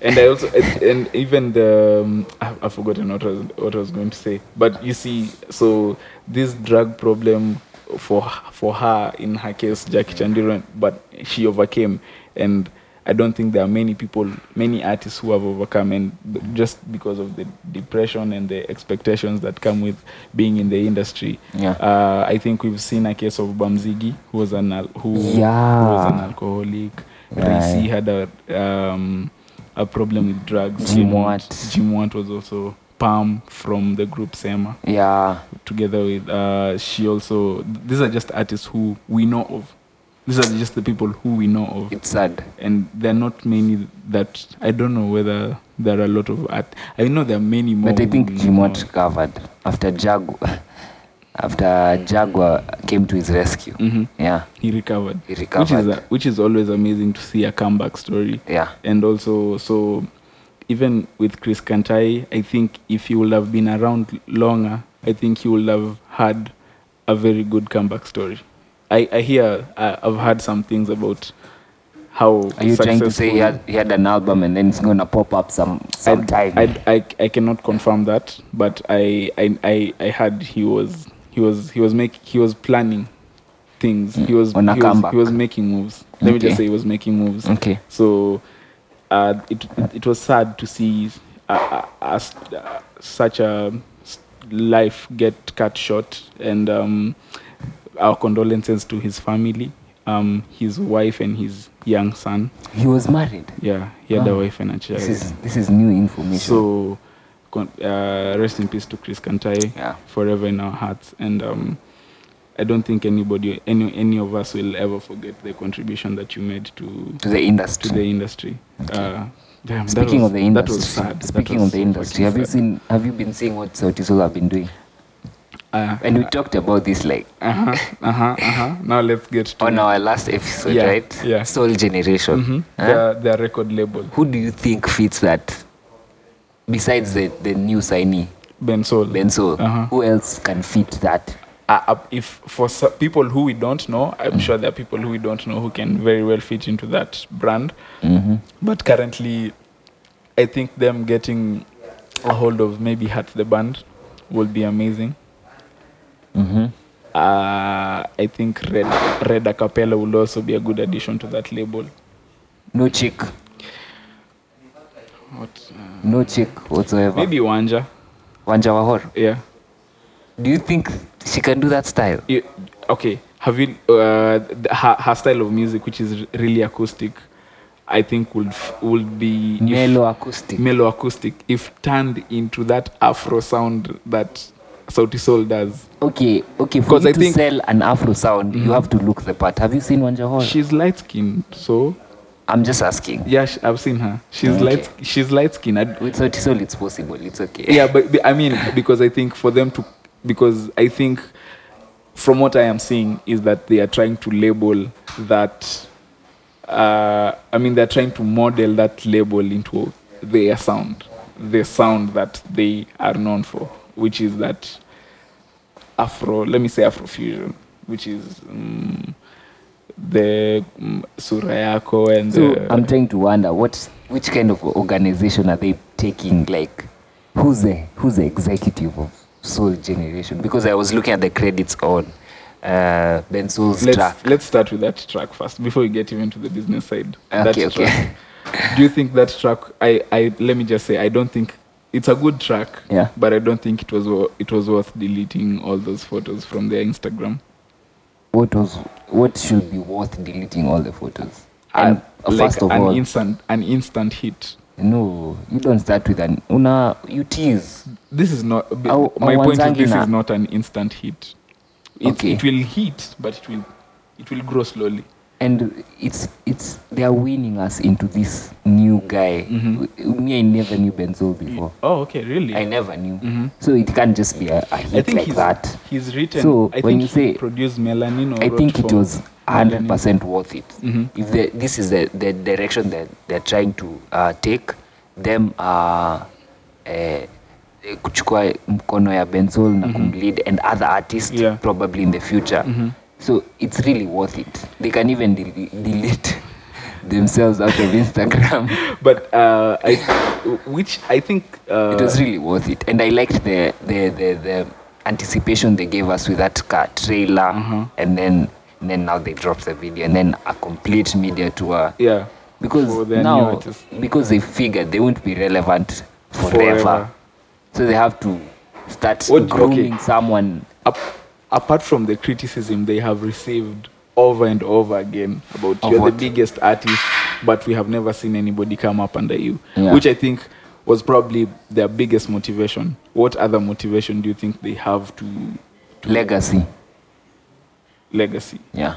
Speaker 3: and i also and, and even the um, I, i've forgotten what I, was, what I was going to say but you see so this drug problem for for her in her case jackie chandiran but she overcame and i don't think there are many people many artists who have overcome and b- just because of the depression and the expectations that come with being in the industry
Speaker 1: Yeah.
Speaker 3: uh, i think we've seen a case of bamzigi who was an al- who, who was
Speaker 1: Yeah.
Speaker 3: an alcoholic
Speaker 1: Right.
Speaker 3: Raisi he had a um, a problem with drugs.
Speaker 1: Jim
Speaker 3: Jim
Speaker 1: Watt.
Speaker 3: Jim Watt was also Pam from the group Sema.
Speaker 1: yeah
Speaker 3: Together with uh, she also. These are just artists who we know of. These are just the people who we know of,
Speaker 1: it's sad
Speaker 3: and there are not many that I don't know whether there are a lot of art. I know there are many more.
Speaker 1: but i
Speaker 3: who
Speaker 1: think
Speaker 3: we know
Speaker 1: jimot
Speaker 3: of.
Speaker 1: covered after jaguar after jaguar came to his rescue
Speaker 3: Mhm.
Speaker 1: yeah
Speaker 3: he recovered,
Speaker 1: He
Speaker 3: which is
Speaker 1: recovered.
Speaker 3: a, which is always amazing to see a comeback story.
Speaker 1: yeah
Speaker 3: and also so even with Chris Kantai, I think if he would have been around l- longer, I think he would have had a very good comeback story. I, I hear I, I've heard some things about how
Speaker 1: are you trying to say he
Speaker 3: successful-
Speaker 1: had, he had an album and then it's gonna pop up some sometime
Speaker 3: I'd- I, I, cannot confirm that, but I I, I, I heard he was he was he was make he was planning things. He was
Speaker 1: Mm. On a
Speaker 3: he was,
Speaker 1: comeback.
Speaker 3: he was making moves. Let me
Speaker 1: Okay.
Speaker 3: just say he was making moves.
Speaker 1: Okay.
Speaker 3: So uh, it, it it was sad to see a, a, a s- uh, such a s- life get cut short, and um, our condolences to his family, um, his wife, and his young son.
Speaker 1: he was married
Speaker 3: Yeah, he had a
Speaker 1: Wow.
Speaker 3: wife and a child.
Speaker 1: Mm. this is this is new information
Speaker 3: So, con- uh, rest in peace to Chris Kantai,
Speaker 1: Yeah.
Speaker 3: forever in our hearts. And um, I don't think anybody, any any of us, will ever forget the contribution that you made to
Speaker 1: to the
Speaker 3: to
Speaker 1: industry
Speaker 3: the industry. Uh, damn, that
Speaker 1: Speaking
Speaker 3: was-
Speaker 1: of the
Speaker 3: that
Speaker 1: industry,
Speaker 3: was sad. That
Speaker 1: speaking
Speaker 3: was
Speaker 1: of the industry,
Speaker 3: fucking
Speaker 1: have you
Speaker 3: sad.
Speaker 1: seen? Have you been seeing what Sauti Sol have been doing?
Speaker 3: Uh,
Speaker 1: And we talked about this like
Speaker 3: uh-huh, uh-huh, uh-huh. Now let's get to
Speaker 1: on our last episode,
Speaker 3: Yeah,
Speaker 1: right?
Speaker 3: yeah.
Speaker 1: Soul Generation.
Speaker 3: Mhm.
Speaker 1: Huh?
Speaker 3: their, their record label,
Speaker 1: Who do you think fits that? Besides the, the new signee
Speaker 3: Ben Sol.
Speaker 1: Ben Soul,
Speaker 3: Uh-huh.
Speaker 1: who else can fit that?
Speaker 3: uh, uh, if for so- people who we don't know, I'm
Speaker 1: Mm.
Speaker 3: sure there are people who we don't know who can very well fit into that brand. But currently, I think them getting a hold of maybe Hat the Band will be amazing. Uh, I think Red Red Acapella will also be a good addition to that label.
Speaker 1: No chick.
Speaker 3: What?
Speaker 1: No chick whatsoever.
Speaker 3: Maybe Wanja.
Speaker 1: Wanja Wahor.
Speaker 3: Yeah.
Speaker 1: Do you think she can do that style?
Speaker 3: You, okay. Have you uh, th- her, her style of music, which is r- really acoustic, I think would f- would be if-
Speaker 1: Mellow acoustic.
Speaker 3: mellow acoustic if turned into that Afro sound that Sauti Sol does.
Speaker 1: Okay, okay. For
Speaker 3: 'Cause
Speaker 1: you
Speaker 3: I
Speaker 1: to
Speaker 3: think- Mm-hmm.
Speaker 1: sell an Afro sound, you have to look the part. Have you seen Wanja Hall?
Speaker 3: She's light skinned, so
Speaker 1: I'm just asking.
Speaker 3: yeah, sh- I've seen her. She's
Speaker 1: Okay.
Speaker 3: light. She's light skinned.
Speaker 1: With Sotisol, it's possible. It's okay.
Speaker 3: yeah but but I mean because I think for them to because I think from what I am seeing is that they are trying to label that uh, I mean they're trying to model that label into their sound the sound that they are known for which is that afro let me say afro fusion which is um, the um, sura yako and
Speaker 1: So
Speaker 3: the,
Speaker 1: I'm trying to wonder what, which kind of organization are they taking? Like, who's the who's the executive of Soul Generation? Because I was looking at the credits on uh, Ben Soul's
Speaker 3: let's
Speaker 1: track.
Speaker 3: let's start with that track first before we get even to the business side. That
Speaker 1: Okay, okay.
Speaker 3: track. Do you think that track? I, I let me just say I don't think it's a good track.
Speaker 1: Yeah.
Speaker 3: But I don't think it was wo- it was worth deleting all those photos from their Instagram.
Speaker 1: What was what should be worth deleting all the photos? And
Speaker 3: And Uh, like
Speaker 1: Uh, first of
Speaker 3: an
Speaker 1: all,
Speaker 3: instant an instant hit.
Speaker 1: no, you don't start with an una. You tease.
Speaker 3: This is not b-
Speaker 1: Au-
Speaker 3: my point. Is this
Speaker 1: Oh, Wanzangina.
Speaker 3: is not an instant hit. It,
Speaker 1: Okay.
Speaker 3: it will hit, but it will it will grow slowly.
Speaker 1: and it's it's they are winning us into this new guy.
Speaker 3: Mm-hmm.
Speaker 1: Me, I never knew Benzo before.
Speaker 3: Oh, okay, really?
Speaker 1: I never knew.
Speaker 3: Mhm.
Speaker 1: So it can't just be a, a
Speaker 3: I
Speaker 1: hit
Speaker 3: think
Speaker 1: like
Speaker 3: he's,
Speaker 1: that.
Speaker 3: he's written.
Speaker 1: So,
Speaker 3: I
Speaker 1: when
Speaker 3: think
Speaker 1: you
Speaker 3: he
Speaker 1: say-
Speaker 3: produced melanin, or
Speaker 1: I
Speaker 3: wrote
Speaker 1: think it
Speaker 3: for
Speaker 1: was
Speaker 3: Melanin.
Speaker 1: 100% worth it.
Speaker 3: Mhm.
Speaker 1: If the, this is the, the direction that they're trying to uh, take, them uh, eh, kuchukua mkono ya Benzol na kumlead and other artists
Speaker 3: Yeah.
Speaker 1: probably in the future. So it's really worth it. They can even del- delete themselves out of Instagram.
Speaker 3: but uh, I, which I think uh,
Speaker 1: it was really worth it and i liked the the the, the anticipation they gave us with that car trailer
Speaker 3: Mhm.
Speaker 1: and then and then now they dropped the video and then a complete media tour
Speaker 3: yeah for
Speaker 1: because
Speaker 3: their new
Speaker 1: now
Speaker 3: artists.
Speaker 1: because they figured they won't be relevant forever,
Speaker 3: Forever.
Speaker 1: so they have to start
Speaker 3: What-
Speaker 1: grooming
Speaker 3: okay.
Speaker 1: someone
Speaker 3: Ap- apart from the criticism they have received over and over again about
Speaker 1: Of
Speaker 3: you're
Speaker 1: what?
Speaker 3: the biggest artist, but we have never seen anybody come up under you,
Speaker 1: Yeah.
Speaker 3: which I think was probably their biggest motivation. What other motivation do you think they have to
Speaker 1: legacy
Speaker 3: legacy
Speaker 1: yeah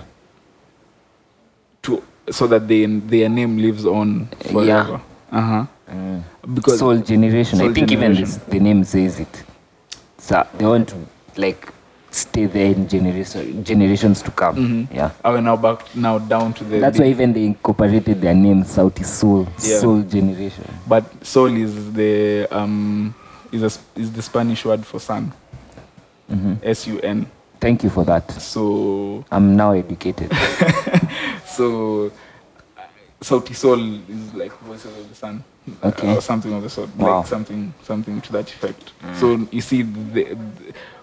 Speaker 3: to so that they, their name lives on
Speaker 1: Yeah.
Speaker 3: forever? Uh huh. Because
Speaker 1: soul generation
Speaker 3: Soul
Speaker 1: i think even
Speaker 3: Generation.
Speaker 1: this, the name says it so they want to like stay there in generation generations to come yeah
Speaker 3: I will now back now down to the
Speaker 1: That's why even they incorporated their name Sauti Soul,
Speaker 3: Yeah.
Speaker 1: Soul Generation.
Speaker 3: But sol is the um is a, sp- is the Spanish word for sun. S U N.
Speaker 1: Thank you for that.
Speaker 3: So
Speaker 1: I'm now educated.
Speaker 3: so uh, Sauti Sol is like voices of the sun.
Speaker 1: Okay.
Speaker 3: Or something of the sort.
Speaker 1: Wow. Mm.
Speaker 3: Like something something to that effect. So you see the, the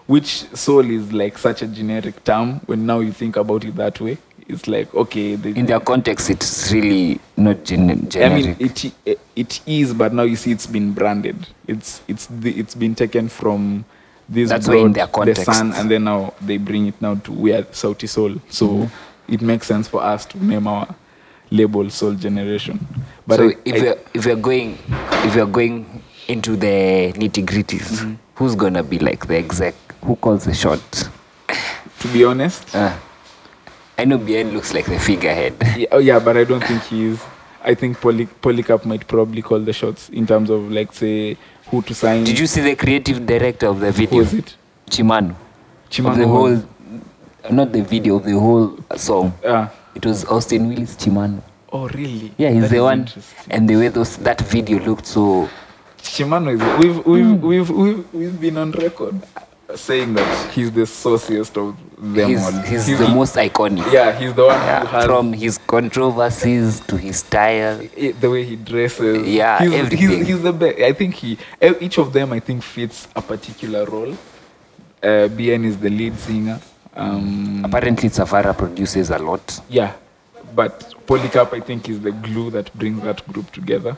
Speaker 3: which soul is like such a generic term when now you think about it that way. It's like okay the,
Speaker 1: In their context, it's really not gen-
Speaker 3: I mean,
Speaker 1: generic.
Speaker 3: it i- it is, but now you see it's been branded. It's it's the, it's been taken from this.
Speaker 1: That's why in their
Speaker 3: the
Speaker 1: context.
Speaker 3: sun, and then now they bring it now to where Sauti Soul. So
Speaker 1: Mm-hmm.
Speaker 3: it makes sense for us to name our label Soul Generation. But
Speaker 1: so
Speaker 3: I-
Speaker 1: if
Speaker 3: I-
Speaker 1: you're if you're going if you're going into the nitty gritties,
Speaker 3: Mm-hmm.
Speaker 1: who's gonna be like the exec? Who calls the shots?
Speaker 3: to be honest,
Speaker 1: Uh, I know Bien looks like the figurehead.
Speaker 3: yeah, oh yeah, but I don't think he is. I think Poly, Polycarp might probably call the shots in terms of like say who to sign.
Speaker 1: Did you see the creative director of the
Speaker 3: who
Speaker 1: video?
Speaker 3: is it?
Speaker 1: Chimano. Of the
Speaker 3: Chimano
Speaker 1: whole,
Speaker 3: was-
Speaker 1: not the video, of the whole song.
Speaker 3: Ah,
Speaker 1: It was Austin Willis Chimano.
Speaker 3: oh really?
Speaker 1: Yeah, he's
Speaker 3: That
Speaker 1: the
Speaker 3: is
Speaker 1: one.
Speaker 3: interesting.
Speaker 1: And the way those that video looked so
Speaker 3: Shimano is we've we've, we've we've we've been on record saying that he's the sauciest of them all.
Speaker 1: He's, he's, the most iconic.
Speaker 3: Yeah, he's the one who
Speaker 1: Yeah,
Speaker 3: has
Speaker 1: from his controversies to his style.
Speaker 3: i- the way he dresses.
Speaker 1: Yeah,
Speaker 3: he's,
Speaker 1: everything.
Speaker 3: he's, he's the best. I think he e- each of them I think fits a particular role. Uh, BN is the lead singer. Um,
Speaker 1: Apparently, Safara produces a lot.
Speaker 3: yeah, but Polycarp I think is the glue that brings that group together.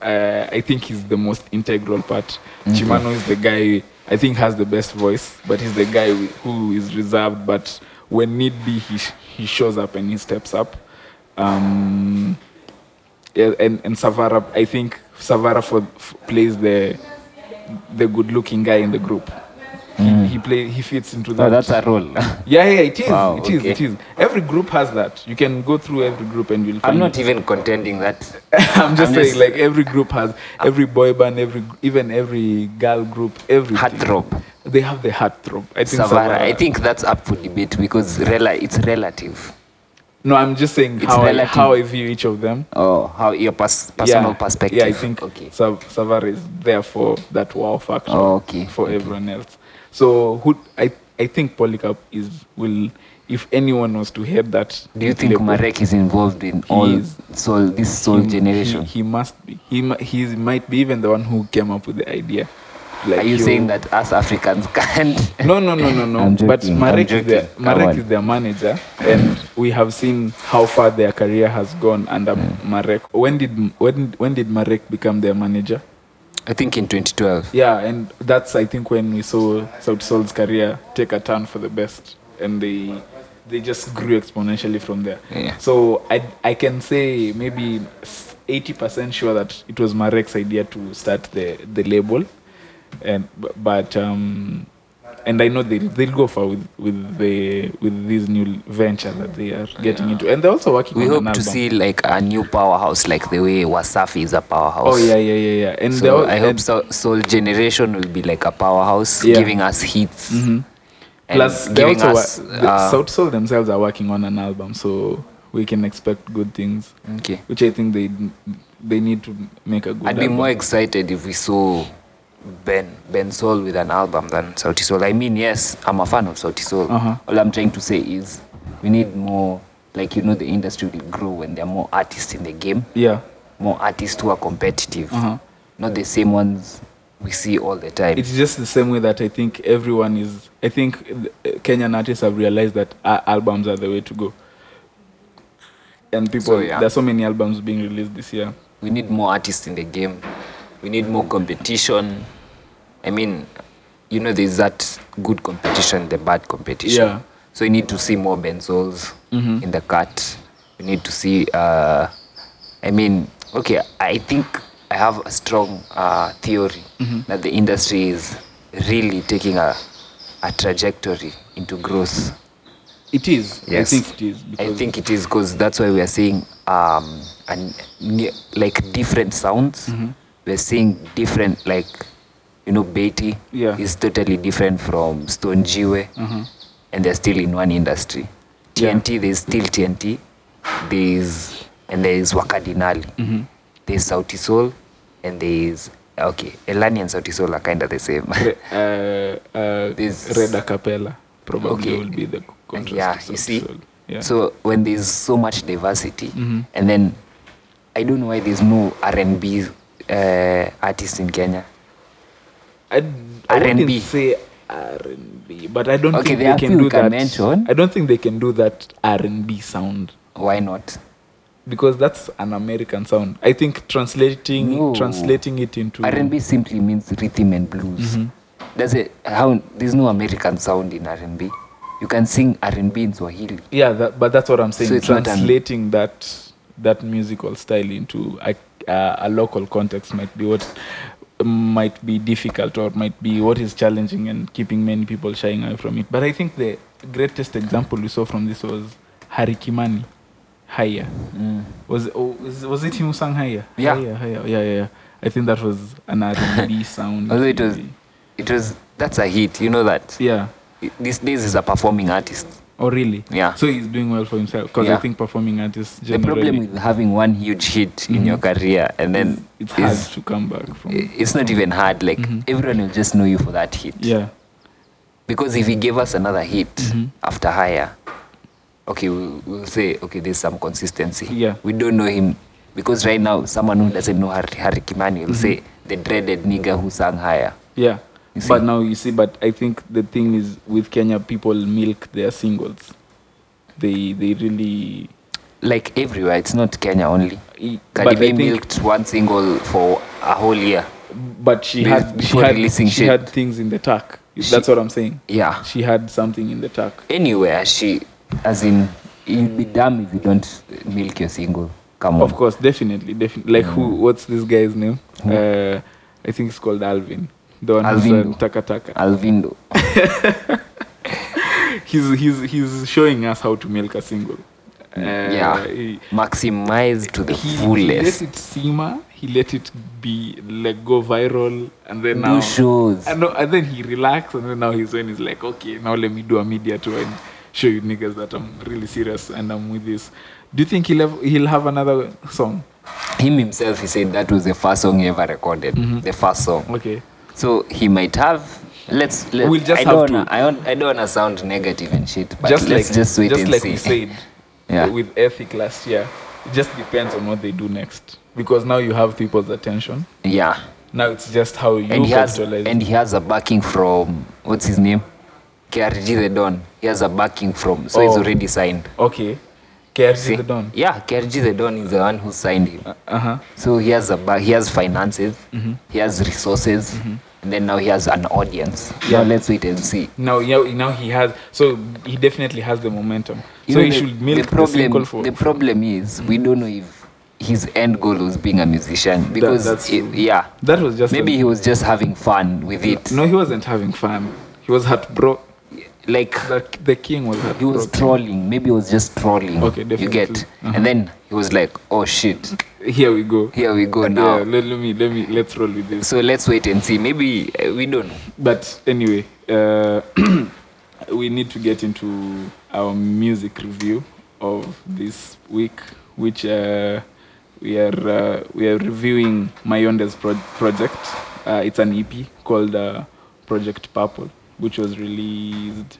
Speaker 3: Uh, I think he's the most integral part. Chimano is the guy I think has the best voice, but he's the guy who is reserved. But when need be, he sh- he shows up and he steps up. Um, yeah, and and Savara, I think Savara for, f- plays the the good-looking guy in the group. He, he play he fits into that.
Speaker 1: No, that's a role.
Speaker 3: Yeah, yeah, it is.
Speaker 1: Wow,
Speaker 3: it is.
Speaker 1: okay.
Speaker 3: It is. Every group has that. You can go through every group and you'll. Find
Speaker 1: I'm not even contending that.
Speaker 3: I'm just
Speaker 1: I'm
Speaker 3: saying,
Speaker 1: just-
Speaker 3: like every group has every boy band, every even every girl group, every
Speaker 1: Heartthrob.
Speaker 3: They have the heartthrob. I think.
Speaker 1: Savara. I
Speaker 3: Savara-
Speaker 1: think that's up for debate because rela- it's relative.
Speaker 3: No, I'm just saying
Speaker 1: It's
Speaker 3: how I,
Speaker 1: relative.
Speaker 3: how I view each of them.
Speaker 1: Oh, how your pers- personal
Speaker 3: yeah.
Speaker 1: perspective.
Speaker 3: Yeah, I think
Speaker 1: Okay.
Speaker 3: Sav- Savara is there for that wow factor.
Speaker 1: Oh, okay.
Speaker 3: For everyone else. So who I I think Polycarp is will if anyone was to head that.
Speaker 1: Do you think
Speaker 3: label,
Speaker 1: Marek is involved in
Speaker 3: He
Speaker 1: all
Speaker 3: is.
Speaker 1: soul this soul
Speaker 3: he-
Speaker 1: generation?
Speaker 3: He, he must be. He, mi- he might be even the one who came up with the idea. Like
Speaker 1: Are you
Speaker 3: yo-
Speaker 1: saying that us Africans can't?
Speaker 3: No, no, no, no, no.
Speaker 1: I'm joking,
Speaker 3: but
Speaker 1: I'm
Speaker 3: Marek, is, their,
Speaker 1: joking. Come
Speaker 3: Marek
Speaker 1: on.
Speaker 3: is their manager, and we have seen how far their career has gone under Marek. When did when when did Marek become their manager?
Speaker 1: I think in 2012.
Speaker 3: Yeah, and that's I think when we saw South Soul's career take a turn for the best, and they they just grew exponentially from there.
Speaker 1: Yeah.
Speaker 3: So I I can say maybe eighty percent sure that it was Marek's idea to start the the label, and bu- but um, and I know they they'll go far with with the with this new venture that they are getting into, and they're also working.
Speaker 1: We
Speaker 3: on
Speaker 1: hope
Speaker 3: an
Speaker 1: to
Speaker 3: album.
Speaker 1: see like a new powerhouse, like the way Wasafi is a powerhouse.
Speaker 3: Oh yeah, yeah, yeah, yeah. And they're
Speaker 1: So
Speaker 3: all-
Speaker 1: I hope
Speaker 3: and-
Speaker 1: so, Soul Generation will be like a powerhouse,
Speaker 3: Yeah.
Speaker 1: giving us hits,
Speaker 3: Mm-hmm.
Speaker 1: and
Speaker 3: Plus, they
Speaker 1: giving
Speaker 3: also
Speaker 1: us.
Speaker 3: wa- the
Speaker 1: uh,
Speaker 3: South Soul themselves are working on an album, so we can expect good things,
Speaker 1: okay.
Speaker 3: which I think they they need to make a good.
Speaker 1: I'd be
Speaker 3: album.
Speaker 1: more excited if we saw Ben Ben Soul with an album than Sauti Soul. I mean, yes, I'm a fan of Sauti Soul.
Speaker 3: Uh-huh.
Speaker 1: All I'm trying to say is we need more. Like you know, the industry will grow when there are more artists in the game,
Speaker 3: yeah,
Speaker 1: more artists who are competitive,
Speaker 3: Uh-huh.
Speaker 1: not the same ones we see all the time.
Speaker 3: it's just the same way that I think everyone is. I think th- Kenyan artists have realized that uh, albums are the way to go, and people.
Speaker 1: So, yeah.
Speaker 3: There's so many albums being released this year.
Speaker 1: we need more artists in the game. We need more competition. I mean, you know, there's that good competition, the bad competition.
Speaker 3: Yeah. Mm-hmm.
Speaker 1: So we need to see more Benzos in the cut. We need to see. Uh, I mean, okay, I think I have a strong uh, theory
Speaker 3: Mm-hmm.
Speaker 1: that the industry is really taking a, a trajectory into growth.
Speaker 3: It is.
Speaker 1: Yes.
Speaker 3: I think it is.
Speaker 1: I
Speaker 3: because-
Speaker 1: think it is because that's why we are seeing um and like different sounds.
Speaker 3: Mm-hmm.
Speaker 1: We're seeing different like you know Beatty
Speaker 3: Yeah. Mm-hmm.
Speaker 1: is totally different from Stone Jiwe, and they're still in one industry.
Speaker 3: Yeah.
Speaker 1: TNT there's still TNT, there's and there's Wakadinali,
Speaker 3: Mm-hmm.
Speaker 1: there's Sauti Soul, and there's okay Elani and Sauti Soul are kind of the same.
Speaker 3: Re- uh, uh,
Speaker 1: This-
Speaker 3: Red Acapella probably
Speaker 1: Okay.
Speaker 3: will be the co- contrast.
Speaker 1: yeah,
Speaker 3: to
Speaker 1: you
Speaker 3: Sauti
Speaker 1: see.
Speaker 3: Sol. Yeah. Mm-hmm.
Speaker 1: So when there's so much diversity, and then I don't know why there's no R&B uh, artists in Kenya.
Speaker 3: I, I
Speaker 1: R&B.
Speaker 3: wouldn't say R&B, but I don't
Speaker 1: Okay,
Speaker 3: think
Speaker 1: there are
Speaker 3: they can
Speaker 1: few
Speaker 3: do
Speaker 1: we can
Speaker 3: that.
Speaker 1: mention.
Speaker 3: I don't think they can do that R&B sound
Speaker 1: Why not?
Speaker 3: because that's an American sound. I think translating
Speaker 1: No.
Speaker 3: translating it into Mm-hmm.
Speaker 1: R&B simply means rhythm and blues. That's it. How there's no American sound in R&B. You can sing R&B in Swahili.
Speaker 3: Yeah, that, but that's what I'm saying.
Speaker 1: So it's not an-
Speaker 3: translating that that musical style into a, uh, a, a local context might be what might be difficult or might be what is challenging and keeping many people shying away from it. But I think the greatest example we saw from this was Harikimani. Haya. Was, oh, was was it him who sang Haya?
Speaker 1: Mm. Yeah.
Speaker 3: Haya, Haya. Yeah, yeah, yeah. I think that was an R&B sound.
Speaker 1: Although it was, it was that's a hit. You know that.
Speaker 3: Yeah.
Speaker 1: These days is a performing artist.
Speaker 3: Oh, really?
Speaker 1: Yeah.
Speaker 3: So he's doing well for himself because I
Speaker 1: Yeah.
Speaker 3: think performing artists
Speaker 1: The
Speaker 3: generally Mm-hmm.
Speaker 1: problem with having one huge hit in your career and then
Speaker 3: it's hard
Speaker 1: is
Speaker 3: to come back from.
Speaker 1: it's not even hard. Like everyone will just know you for that hit.
Speaker 3: Mm-hmm. Yeah, Mm-hmm.
Speaker 1: because if he gave us another hit after higher okay we'll, we'll say okay there's some consistency
Speaker 3: Yeah.
Speaker 1: we don't know him because right now someone who doesn't know Har- Harry Kimani
Speaker 3: Mm-hmm.
Speaker 1: will say the dreaded nigger who sang higher
Speaker 3: Yeah.
Speaker 1: You
Speaker 3: But
Speaker 1: see?
Speaker 3: now you see, but I think the thing is with Kenya, people milk their singles. They they really.
Speaker 1: like everywhere it's not Kenya only
Speaker 3: e-
Speaker 1: Cardi
Speaker 3: but I
Speaker 1: B
Speaker 3: think,
Speaker 1: milked one single for a whole year
Speaker 3: but she had she
Speaker 1: before
Speaker 3: had,
Speaker 1: releasing
Speaker 3: she
Speaker 1: shit.
Speaker 3: had things in the tuck.
Speaker 1: She-
Speaker 3: That's what I'm saying.
Speaker 1: yeah
Speaker 3: She had something in the tuck.
Speaker 1: anywhere she as in you'd be dumb if you don't milk your single come on
Speaker 3: Of course, definitely, definitely. Like
Speaker 1: Hmm.
Speaker 3: who? What's this guy's name? Uh, I think it's called Alvin. The one who
Speaker 1: Alvin.
Speaker 3: said Taka Taka.
Speaker 1: alvindo
Speaker 3: He's he's he's showing us how to milk a single. Uh,
Speaker 1: yeah
Speaker 3: he-
Speaker 1: maximize to the
Speaker 3: he, he let
Speaker 1: fullest
Speaker 3: it simmer. He let it be like go viral, and then now
Speaker 1: do shows
Speaker 3: and, no, and then he relaxed, and then now he's when he's like, okay, now let me do a media tour and show you niggas that I'm really serious and I'm with this. Do you think he'll have, he'll have another song?
Speaker 1: him himself he said that was the first song he ever recorded
Speaker 3: Mm-hmm.
Speaker 1: the first song
Speaker 3: Okay,
Speaker 1: so he might have let's let,
Speaker 3: We'll just
Speaker 1: I don't
Speaker 3: have to-
Speaker 1: wanna, I don't I don't wanna sound negative and shit but
Speaker 3: just
Speaker 1: let's
Speaker 3: like
Speaker 1: just wait and
Speaker 3: like
Speaker 1: see
Speaker 3: we said
Speaker 1: Yeah.
Speaker 3: with Ethic last year. It just depends on what they do next because now you have people's attention.
Speaker 1: yeah
Speaker 3: Now it's just how you
Speaker 1: and he has
Speaker 3: capitalize.
Speaker 1: and he has a backing from what's his name KRG the Don he has a backing from so he's
Speaker 3: Oh.
Speaker 1: already signed
Speaker 3: okay, KRG
Speaker 1: See?
Speaker 3: the Don.
Speaker 1: Yeah, KRG the Don is the one who signed him.
Speaker 3: Uh huh.
Speaker 1: So he has a ba- he has finances,
Speaker 3: Mm-hmm.
Speaker 1: he has resources, and then now he has an audience. Yeah,
Speaker 3: Yeah.
Speaker 1: let's wait and see.
Speaker 3: Now, now, now he has. So he definitely has the momentum.
Speaker 1: You
Speaker 3: so
Speaker 1: know,
Speaker 3: he
Speaker 1: the-
Speaker 3: should milk the,
Speaker 1: problem,
Speaker 3: single for. Mm-hmm.
Speaker 1: the problem is we don't know if his end goal was being a musician because
Speaker 3: that's
Speaker 1: it-
Speaker 3: true.
Speaker 1: yeah,
Speaker 3: that was just
Speaker 1: maybe
Speaker 3: a-
Speaker 1: he was just having fun with it.
Speaker 3: No, he wasn't having fun. He was heartbroken.
Speaker 1: Like
Speaker 3: The, the king was
Speaker 1: he was
Speaker 3: heartbroken.
Speaker 1: trolling. Maybe he was just trolling.
Speaker 3: Okay,
Speaker 1: You get,
Speaker 3: definitely. Uh-huh.
Speaker 1: and then he was like, "Oh shit,
Speaker 3: Here we go.
Speaker 1: here we go now."
Speaker 3: Yeah, let, let me let me let's roll with this.
Speaker 1: So let's wait and see. Maybe uh, we don't know.
Speaker 3: But anyway, uh, we need to get into our music review of this week, which uh, we are uh, we are reviewing Mayonde's pro- project. Uh, it's an EP called uh, Project Purple, which was released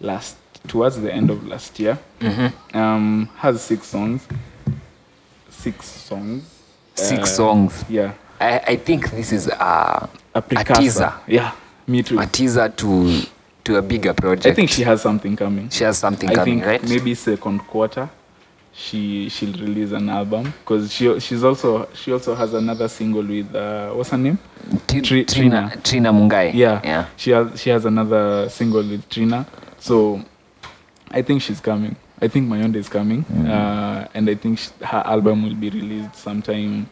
Speaker 3: last towards the end of last year.
Speaker 1: Mm-hmm.
Speaker 3: Um, has six songs. Six songs.
Speaker 1: Six
Speaker 3: Uh,
Speaker 1: songs.
Speaker 3: Yeah.
Speaker 1: I, I think this is uh, a,
Speaker 3: A, precursor.
Speaker 1: teaser,
Speaker 3: Yeah. Me too.
Speaker 1: a teaser to to a bigger project.
Speaker 3: Hmm. I think she has something coming.
Speaker 1: she has something
Speaker 3: I
Speaker 1: coming,
Speaker 3: think
Speaker 1: right?
Speaker 3: maybe second quarter, she she'll release an album because she she's also she also has another single with uh, what's her name?
Speaker 1: Tri-
Speaker 3: Tri-
Speaker 1: Trina, Trina, Mungai.
Speaker 3: Yeah,
Speaker 1: yeah.
Speaker 3: She has she has another single with Trina, so I think she's coming. I think Mayonde is coming, uh, and I think sh her album will be released sometime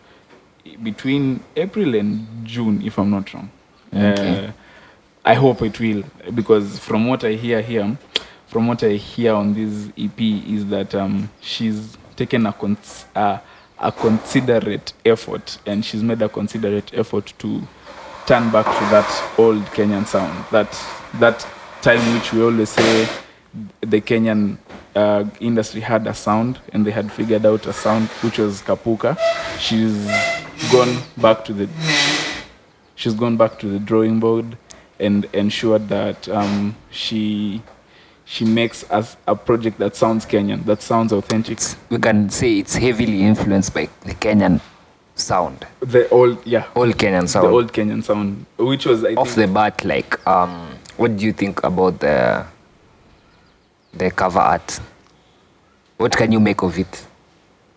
Speaker 3: between April and June, if I'm not wrong.
Speaker 1: Okay.
Speaker 3: Uh, I hope it will because from what I hear here, from what I hear on this EP is that um, she's taken a cons- uh, a considerate effort and she's made a considerate effort to turn back to that old Kenyan sound, that that time which we always say the Kenyan uh, industry had a sound and they had figured out a sound which was kapuka. She's gone back to the she's gone back to the drawing board and ensured that um, she she makes us a project that sounds Kenyan, that sounds authentic.
Speaker 1: We can say it's heavily influenced by the Kenyan sound,
Speaker 3: The old yeah,
Speaker 1: all Kenyan
Speaker 3: the
Speaker 1: sound.
Speaker 3: old Kenyan sound, which was I
Speaker 1: Off
Speaker 3: think
Speaker 1: the bat, like, um, what do you think about the the cover art? What can you make of it?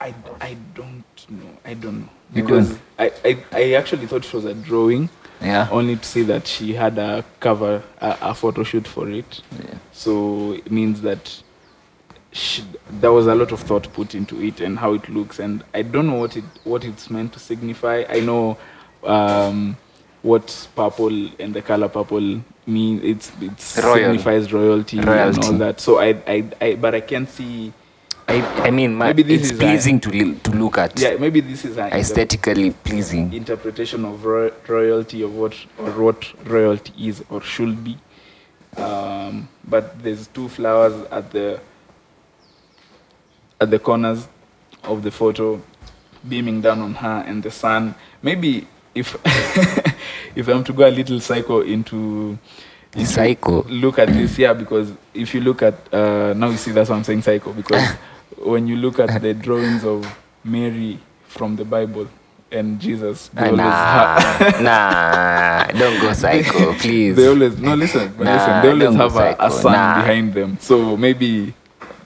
Speaker 3: I, I don't know I don't know
Speaker 1: You
Speaker 3: because
Speaker 1: don't?
Speaker 3: I, I I actually thought it was a drawing.
Speaker 1: Yeah.
Speaker 3: only to see that she had a cover a, a photo shoot for it
Speaker 1: Yeah.
Speaker 3: so it means that she, there was a lot of thought put into it and how it looks and i don't know what it what it's meant to signify i know um what purple and the color purple mean it's it
Speaker 1: Royal.
Speaker 3: signifies royalty, and
Speaker 1: Royalty.
Speaker 3: all that so I, I i but i can see
Speaker 1: I, I mean, my,
Speaker 3: Maybe this
Speaker 1: it's
Speaker 3: is a-
Speaker 1: pleasing to li- to look at.
Speaker 3: yeah maybe this is an
Speaker 1: aesthetically pleasing.
Speaker 3: interpretation of ro- royalty of what or what royalty is or should be. Um, but there's two flowers at the at the corners of the photo, beaming down on her and the sun. Maybe if if I'm to go a little psycho into
Speaker 1: It's psycho.
Speaker 3: look at this yeah because if you look at uh, now you see that's why i'm saying psycho because when you look at the drawings of mary from the bible and jesus they
Speaker 1: Ah,
Speaker 3: always
Speaker 1: nah,
Speaker 3: have
Speaker 1: nah, don't go psycho, please.
Speaker 3: they always no listen but
Speaker 1: Nah,
Speaker 3: listen they always
Speaker 1: don't go
Speaker 3: have a, a
Speaker 1: psycho.
Speaker 3: son
Speaker 1: Nah.
Speaker 3: behind them so maybe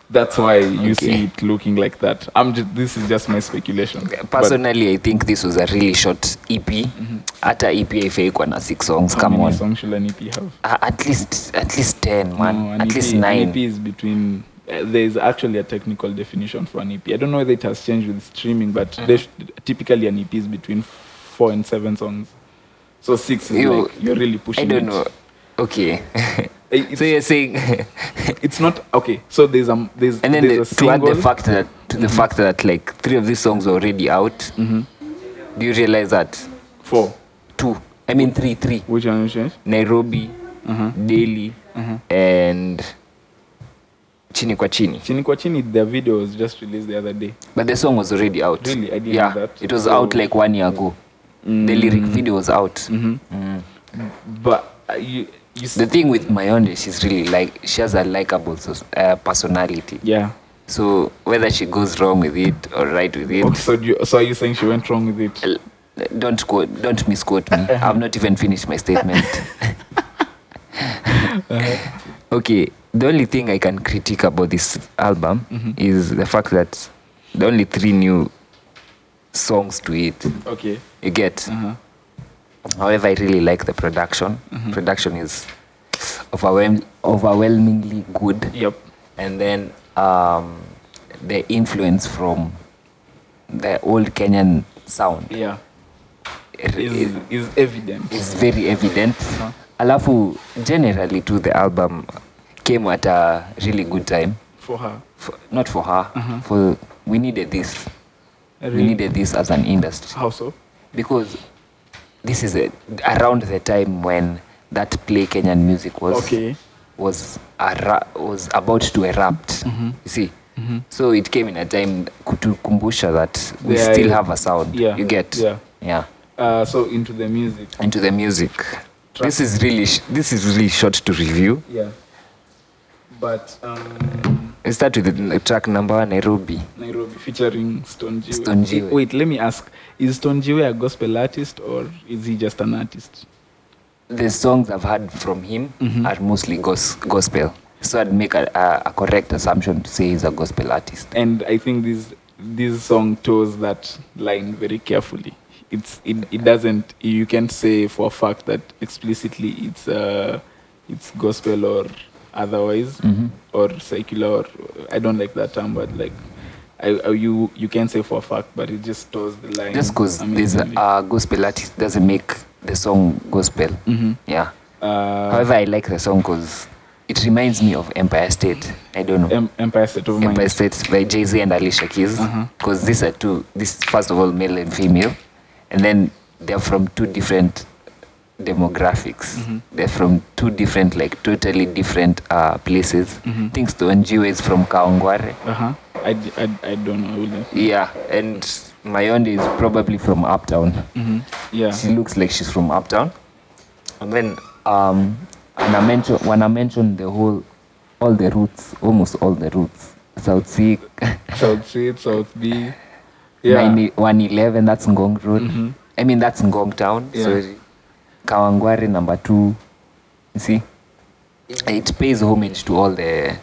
Speaker 3: that's why you
Speaker 1: Okay.
Speaker 3: see it looking like that i'm just this is just my speculation But-
Speaker 1: personally i think this was a really short ep hata E ep ifeikwa na six songs
Speaker 3: Mm-hmm. How
Speaker 1: come
Speaker 3: many
Speaker 1: on
Speaker 3: songs should an EP have?
Speaker 1: A- at least at least 10 man
Speaker 3: No, Oh, an E
Speaker 1: at
Speaker 3: EP,
Speaker 1: least
Speaker 3: An EP
Speaker 1: 9
Speaker 3: is between. Uh, there is actually a technical definition for an EP. I don't know whether it has changed with streaming, but
Speaker 1: Uh-huh.
Speaker 3: they sh- typically an EP is between four and seven songs. So six is
Speaker 1: You-
Speaker 3: like you're really pushing.
Speaker 1: i don't
Speaker 3: it.
Speaker 1: know okay
Speaker 3: Eh, It's,
Speaker 1: so you're saying
Speaker 3: it's not okay. So there's um there's
Speaker 1: and then the,
Speaker 3: there's
Speaker 1: to
Speaker 3: a
Speaker 1: add
Speaker 3: single.
Speaker 1: the fact that to the fact that like three of these songs were already out
Speaker 3: Mm-hmm.
Speaker 1: do you realize that
Speaker 3: four.
Speaker 1: two i mean three three
Speaker 3: Which one? Which one?
Speaker 1: nairobi
Speaker 3: Mhm.
Speaker 1: delhi and chini kwa chini
Speaker 3: Chini kwa chini. Their video was just released the other day.
Speaker 1: But the song was already out.
Speaker 3: Really? I didn't know
Speaker 1: yeah,
Speaker 3: that. Oh. Mm.
Speaker 1: it was
Speaker 3: So-
Speaker 1: out like one year ago. The lyric video was out.
Speaker 3: Mm-hmm. But uh, you you s-
Speaker 1: The thing with Mayonde, she's really like she has a likable sos- uh, personality.
Speaker 3: yeah.
Speaker 1: So whether she goes wrong with it or right with it,
Speaker 3: Okay, so do you, so are you saying she went wrong with it?
Speaker 1: l- don't quote, don't misquote me. I've not even finished my statement. okay, the only thing I can critique about this album is the fact that the only three new songs to it.
Speaker 3: Okay.
Speaker 1: You get.
Speaker 3: Uh-huh.
Speaker 1: However, I really like the production. Production is overwhelm- overwhelmingly good.
Speaker 3: Yep.
Speaker 1: And then um, the influence from the old Kenyan sound
Speaker 3: Yeah.
Speaker 1: is,
Speaker 3: Is is evident.
Speaker 1: is very evident. Alafu, generally, too, the album came at a really good time.
Speaker 3: for her.
Speaker 1: For, not for her,
Speaker 3: Mm-hmm.
Speaker 1: for we needed this. We needed this as an industry.
Speaker 3: How so?
Speaker 1: because this is a, around the time when that play Kenyan music was
Speaker 3: Okay.
Speaker 1: was a ra- was about to erupt.
Speaker 3: Mm-hmm.
Speaker 1: You see, so it came in a time to kumbusha that we
Speaker 3: Yeah,
Speaker 1: still
Speaker 3: yeah.
Speaker 1: have a sound.
Speaker 3: Yeah,
Speaker 1: You get
Speaker 3: yeah.
Speaker 1: yeah
Speaker 3: Uh, so into the music.
Speaker 1: into the music. This is really sh- this is really short to review.
Speaker 3: Yeah. But um,
Speaker 1: We start with the track number one, Nairobi.
Speaker 3: Nairobi featuring Stone Jiwe.
Speaker 1: Stone Jiwe.
Speaker 3: Wait, let me ask: Is Stone Jiwe a gospel artist or is he just an artist?
Speaker 1: the songs I've heard from him are mostly gos- gospel. So I'd make a, a, a correct assumption to say he's a gospel artist.
Speaker 3: And I think this this song toes that line very carefully. It's it, it doesn't you can't say for a fact that explicitly it's uh it's gospel or otherwise
Speaker 1: Mm-hmm.
Speaker 3: or secular or I don't like that term but like I, I you you can say for a fact but it just toes the line
Speaker 1: Just because there's a, uh,
Speaker 3: amazingly.
Speaker 1: a gospel artist doesn't make the song gospel. Yeah.
Speaker 3: uh,
Speaker 1: However, I like the song because it reminds me of Empire State. I don't know.
Speaker 3: Em- Empire State of Mind
Speaker 1: Empire State by Jay Z and Alicia Keys. Because these are two, this first of all, male and female, and then they're from two different demographics. They're from two different, like totally different uh, places. Things to NGO is from Kaongware.
Speaker 3: uh-huh I, d- I d- I don't know I wouldn't-
Speaker 1: Yeah, and Mayonde is probably from Uptown.
Speaker 3: Mm-hmm. yeah
Speaker 1: She looks like she's from Uptown. And then um, when, I mention, when I mention the whole, all the roots, almost all the roots, South Sea,
Speaker 3: South Street South B yeah
Speaker 1: 90
Speaker 3: Mm-hmm.
Speaker 1: 111 that's ngong road i mean that's ngong town
Speaker 3: Yeah.
Speaker 1: sorry kawangware number two you see it pays homage to all the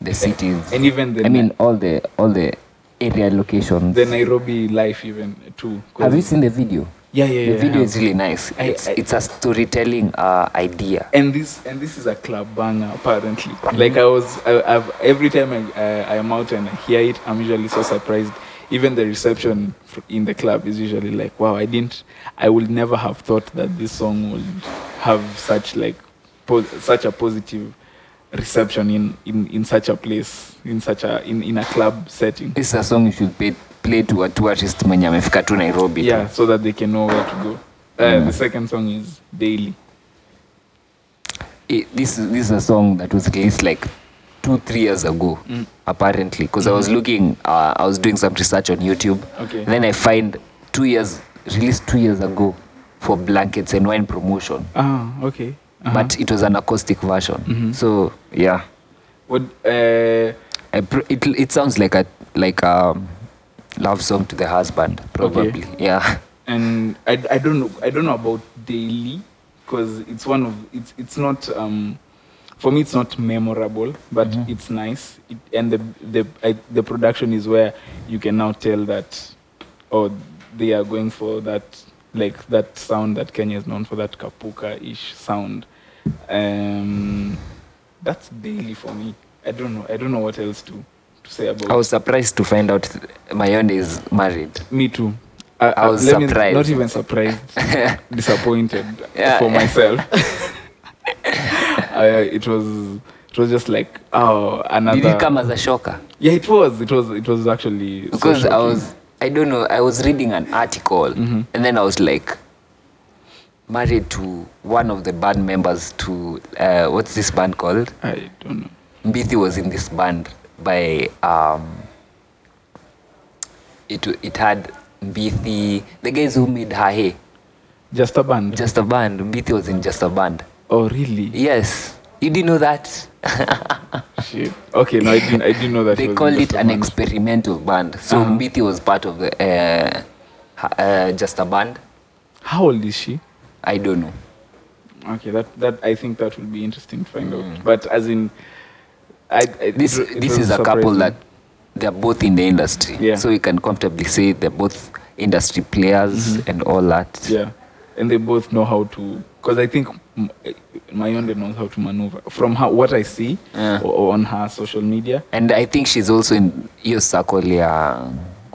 Speaker 1: the cities
Speaker 3: and even the
Speaker 1: i mean all the all the area locations
Speaker 3: the Nairobi life even too. 'cause-
Speaker 1: have you seen the video
Speaker 3: Yeah, yeah,
Speaker 1: the
Speaker 3: yeah, I
Speaker 1: video is
Speaker 3: have.
Speaker 1: really nice
Speaker 3: I-
Speaker 1: it's,
Speaker 3: I-
Speaker 1: it's a storytelling uh, idea
Speaker 3: And this and this is a club banger apparently. Like I was, I, I've every time I, I I'm out and I hear it, I'm usually so surprised. Even the reception fr- in the club is usually like, wow, I didn't, I would never have thought that this song would have such like, po- such a positive reception in, in in such a place, in such a in in a club setting.
Speaker 1: this is a song you should pay, play to a tourist mwenye amefika tu nairobi tu.
Speaker 3: Yeah, so that they can know where to go. Uh, The
Speaker 1: Mm.
Speaker 3: second song is Daily.
Speaker 1: it, this is- this is a song that was released like two three years ago
Speaker 3: Mm.
Speaker 1: apparently because i was looking uh, i was doing some research on youtube
Speaker 3: Mm-hmm. Okay.
Speaker 1: then i find two years released two years ago for blankets and wine promotion
Speaker 3: Ah, okay.
Speaker 1: but it was an acoustic version
Speaker 3: Mm-hmm.
Speaker 1: so yeah
Speaker 3: What? Uh,
Speaker 1: I pr- it, it sounds like a like a um, love song to the husband probably yeah
Speaker 3: and I, I don't know I don't know about daily because it's one of it's it's not um for me it's not memorable but
Speaker 1: Mm-hmm.
Speaker 3: it's nice it, and the the I, the production is where you can now tell that oh they are going for that like that sound that Kenya is known for that kapuka ish sound um that's daily for me I don't know I don't know what else to to say about
Speaker 1: I was surprised to find out Mayonde is married
Speaker 3: me too. I,
Speaker 1: I was
Speaker 3: let me-
Speaker 1: surprised.
Speaker 3: Not even surprised. disappointed
Speaker 1: Yeah,
Speaker 3: for
Speaker 1: yeah.
Speaker 3: myself. I, it was it was just like oh another.
Speaker 1: did it come as a shocker
Speaker 3: yeah, it was. It was. It was actually so
Speaker 1: because I
Speaker 3: shocking.
Speaker 1: was I don't know I was reading an article
Speaker 3: Mm-hmm.
Speaker 1: and then I was like married to one of the band members to uh, what's this band called
Speaker 3: I don't know.
Speaker 1: Mbithi was in this band by um it it had Mbithi the guys who made her hey
Speaker 3: Just a band.
Speaker 1: just a band Mbithi was in just a band
Speaker 3: oh really?
Speaker 1: yes you didn't know that
Speaker 3: Shit. Okay, no, I didn't. I didn't know that.
Speaker 1: they
Speaker 3: was
Speaker 1: called
Speaker 3: just
Speaker 1: it
Speaker 3: a
Speaker 1: an
Speaker 3: band. Uh-huh.
Speaker 1: experimental band so Mbithi was part of the uh, ha- uh, just a band
Speaker 3: How old is she?
Speaker 1: I don't know.
Speaker 3: Okay, that that I think that will be interesting to find out. But as in, I, I it
Speaker 1: Mm. This
Speaker 3: wa- it
Speaker 1: this is
Speaker 3: was
Speaker 1: a couple
Speaker 3: surprising.
Speaker 1: that they're both in the industry,
Speaker 3: Yeah.
Speaker 1: so we can comfortably say they're both industry players and all that.
Speaker 3: Mm-hmm. Yeah, and they both know how to. Because I think M- eh, Mayonde knows how to maneuver. From her, what I see
Speaker 1: Yeah.
Speaker 3: o- o- on her social media,
Speaker 1: And I think she's also in your circle ya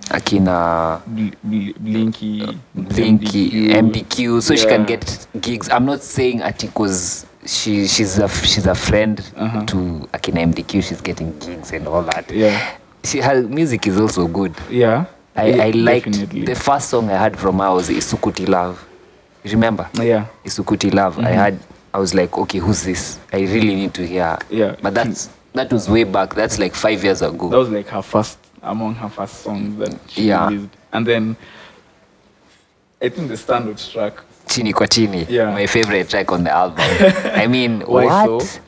Speaker 1: akina
Speaker 3: Bl- Bl- Blinky,
Speaker 1: Uh, Blinky, MBQ, so she can
Speaker 3: Yeah.
Speaker 1: get gigs. I'm not saying ati because she she's a she's a friend
Speaker 3: Uh-huh.
Speaker 1: to akina MDQ. She's getting gigs and all that.
Speaker 3: Yeah,
Speaker 1: She her music is also good.
Speaker 3: yeah.
Speaker 1: I,
Speaker 3: Yeah,
Speaker 1: I liked
Speaker 3: definitely.
Speaker 1: the first song I heard from her was Isukuti Love. You Remember?
Speaker 3: Yeah. Mm-hmm.
Speaker 1: Isukuti Love. I had I was like, okay, who's this? I really need to hear. her."
Speaker 3: Yeah.
Speaker 1: But that's that was way back. That's like five years ago.
Speaker 3: that was like her first among her first songs that she
Speaker 1: Yeah.
Speaker 3: released, and then I think the standout track.
Speaker 1: Chini kwa chini.
Speaker 3: Yeah.
Speaker 1: My favorite track on the album. I mean,
Speaker 3: Why
Speaker 1: what?
Speaker 3: so?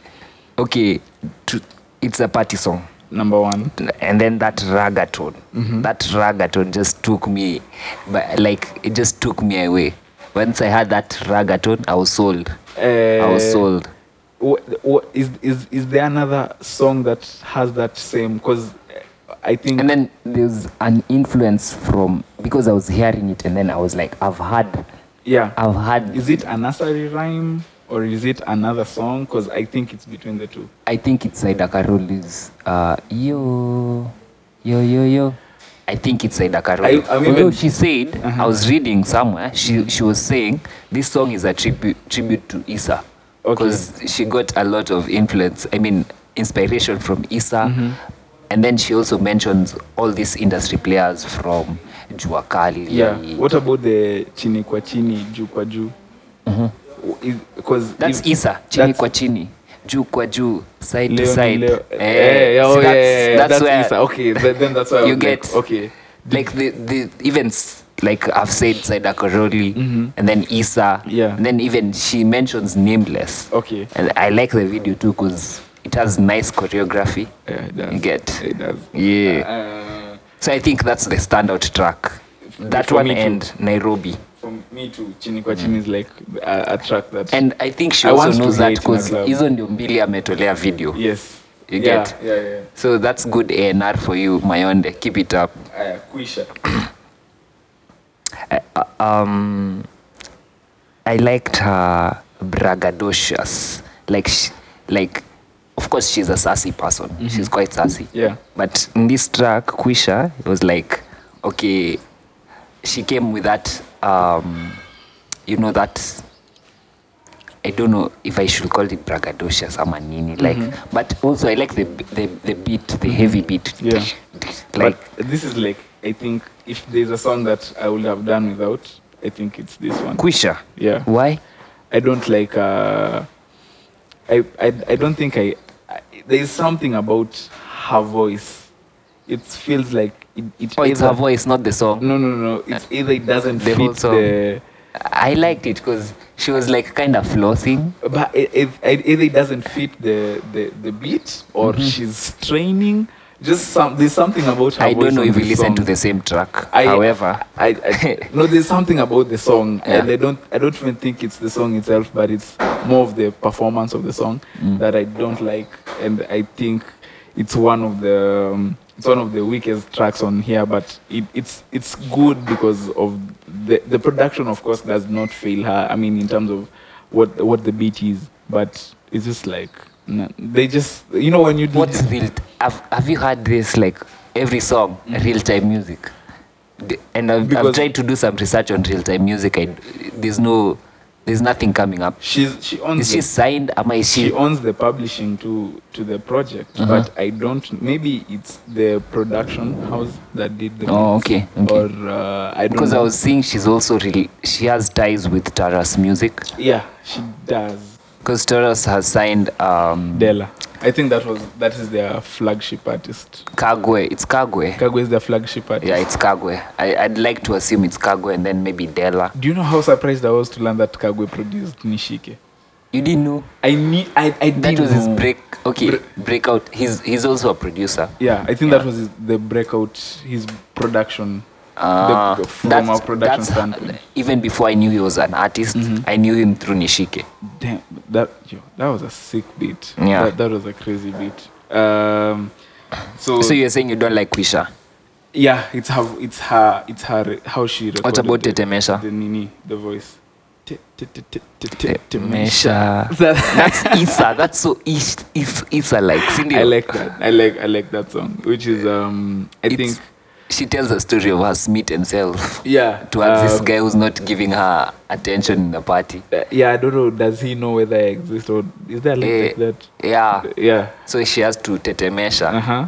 Speaker 1: Okay. To, it's a party song.
Speaker 3: Number one,
Speaker 1: and then that ragaton
Speaker 3: Mm-hmm.
Speaker 1: that ragaton just took me but like it just took me away once i had that ragaton i was sold i was
Speaker 3: Eh,
Speaker 1: sold
Speaker 3: what, what, is, is, is there another song that has that same? Because I think
Speaker 1: and then there's an influence from because i was hearing it and then i was like i've had
Speaker 3: yeah,
Speaker 1: i've had
Speaker 3: Is it a nursery rhyme or is it another song? Because I think it's between the two.
Speaker 1: i think it's saida caroli's uh yo yo yo yo i think it's saida caroli
Speaker 3: I'm
Speaker 1: although
Speaker 3: even- Uh-huh.
Speaker 1: she said i was reading somewhere she she was saying this song is a tribute tribute to isa
Speaker 3: Okay.
Speaker 1: because she got a lot of influence i mean inspiration from isa
Speaker 3: Mm-hmm.
Speaker 1: and then she also mentions all these industry players from juakali
Speaker 3: Yeah. What about the chini kwa chini, juu kwa juu? Because
Speaker 1: Mm-hmm. That's Isa, chini kwa chini, juu kwa juu, side to
Speaker 3: Leo,
Speaker 1: side.
Speaker 3: Leo,
Speaker 1: Eh,
Speaker 3: eh,
Speaker 1: so
Speaker 3: oh, yeah,
Speaker 1: that's-
Speaker 3: yeah, yeah,
Speaker 1: that's
Speaker 3: that's
Speaker 1: where-
Speaker 3: Isa. Okay, th- then that's why I
Speaker 1: You
Speaker 3: was
Speaker 1: get-
Speaker 3: like, okay.
Speaker 1: Like the, the even s- like I've said Saida Karoli and then Isa.
Speaker 3: Mm-hmm. Yeah.
Speaker 1: And then even she mentions nameless.
Speaker 3: Okay.
Speaker 1: And I like the video too because it has nice choreography.
Speaker 3: Yeah, it does.
Speaker 1: You get.
Speaker 3: It does.
Speaker 1: Yeah.
Speaker 3: Uh,
Speaker 1: So I think that's the standout track. That
Speaker 3: For
Speaker 1: one
Speaker 3: me too.
Speaker 1: and Nairobi.
Speaker 3: for me too, chini kwa chini is like a, a track that.
Speaker 1: Mm. And I think she
Speaker 3: I want
Speaker 1: also
Speaker 3: to
Speaker 1: knows
Speaker 3: hear
Speaker 1: that
Speaker 3: it in a
Speaker 1: because
Speaker 3: club.
Speaker 1: hizo ndio mbili ametolea video.
Speaker 3: yes.
Speaker 1: You
Speaker 3: yeah,
Speaker 1: get.
Speaker 3: Yeah, yeah.
Speaker 1: So that's good ANR for you, Mayonde. Keep it up.
Speaker 3: Aya, kuisha.
Speaker 1: um i liked her braggadocious like sh like of course she's a sassy person she's quite sassy
Speaker 3: Yeah.
Speaker 1: but in this track quisha it was like okay she came with that um you know that I don't know if I should call it braggadocious or manini, like, but also I like the the, the beat, the heavy beat.
Speaker 3: Yeah.
Speaker 1: like
Speaker 3: but this is like I think if there's a song that I would have done without, I think it's this one.
Speaker 1: Quisha.
Speaker 3: Yeah.
Speaker 1: Why?
Speaker 3: I don't like. Uh, I, I I don't think I, I. There's something about her voice. It feels like it. it
Speaker 1: Oh, it's
Speaker 3: either-
Speaker 1: her voice, not the song.
Speaker 3: No, no, no. It's either it doesn't
Speaker 1: The
Speaker 3: fit
Speaker 1: whole song.
Speaker 3: the.
Speaker 1: I liked it because she was like kind of flossing.
Speaker 3: but it, it, it either it doesn't fit the, the, the beat or
Speaker 1: Mm-hmm.
Speaker 3: she's straining. Just some there's something about her
Speaker 1: I
Speaker 3: voice
Speaker 1: don't know
Speaker 3: on
Speaker 1: if we
Speaker 3: this
Speaker 1: listen to
Speaker 3: song.
Speaker 1: the same track.
Speaker 3: I-
Speaker 1: However,
Speaker 3: I, I no, there's something about the song,
Speaker 1: Yeah.
Speaker 3: and I don't, I don't even think it's the song itself, but it's more of the performance of the song
Speaker 1: Mm.
Speaker 3: that I don't like, and I think it's one of the, um, it's one of the weakest tracks on here. But it, it's, it's good because of the, the production, of course, does not fail her. I mean, in terms of what, what the beat is, but it's just like nah, they just, you know, when you do
Speaker 1: what's real? T- have, have you heard this like every song real time music? The- And I've, I've
Speaker 3: Because-
Speaker 1: tried to do some research on real time music, and there's no, there's nothing coming up.
Speaker 3: she's she owns
Speaker 1: Is
Speaker 3: the-
Speaker 1: she signed? Am I she?
Speaker 3: she owns the publishing to to the project
Speaker 1: Uh-huh.
Speaker 3: but i don't maybe it's the production house that did the
Speaker 1: Oh,
Speaker 3: beats,
Speaker 1: okay, okay.
Speaker 3: or uh, i don't
Speaker 1: Because I
Speaker 3: know.
Speaker 1: was seeing she's also really she has ties with Taras Music.
Speaker 3: yeah she does
Speaker 1: Because Taras has signed um
Speaker 3: della i think that was that is their flagship artist
Speaker 1: Kagwe. It's Kagwe.
Speaker 3: kagwe is their flagship artist
Speaker 1: Yeah, it's Kagwe. I, I'd like to assume it's Kagwe and then maybe Della.
Speaker 3: do you know how surprised i was to learn that kagwe produced nishike
Speaker 1: You didn't know
Speaker 3: i need i, I didn't
Speaker 1: that was his
Speaker 3: know.
Speaker 1: break. Okay,
Speaker 3: Bre-
Speaker 1: breakout. He's he's also a producer.
Speaker 3: yeah i think
Speaker 1: Yeah.
Speaker 3: that was his, the breakout his production
Speaker 1: Ah,
Speaker 3: the, from a production standpoint Mm-hmm.
Speaker 1: even before I knew he was an artist, I knew him through Nishike.
Speaker 3: Damn, that yo, that was a sick beat.
Speaker 1: Yeah.
Speaker 3: that, that was a crazy beat. Um, so,
Speaker 1: So you're saying you don't like Quisha?
Speaker 3: yeah, it's how it's her it's her how she recorded.
Speaker 1: What about
Speaker 3: the,
Speaker 1: Tetemesha?
Speaker 3: the Nini the voice? Te- te- te- te- te- te- Tetemesha.
Speaker 1: Tetemesha.
Speaker 3: That-
Speaker 1: That's Issa. That's so Issa like.
Speaker 3: I like that. I like I like that song, which is um I
Speaker 1: It's-
Speaker 3: think
Speaker 1: she tells the story of her smit and self
Speaker 3: yeah
Speaker 1: towards this
Speaker 3: um,
Speaker 1: guy who's not giving her attention in the party.
Speaker 3: uh, Yeah, I don't know. Does he know whether I exist or is there a
Speaker 1: Eh,
Speaker 3: link like
Speaker 1: Yeah.
Speaker 3: that? Yeah.
Speaker 1: So she has to
Speaker 3: Uh
Speaker 1: tetemesha
Speaker 3: huh.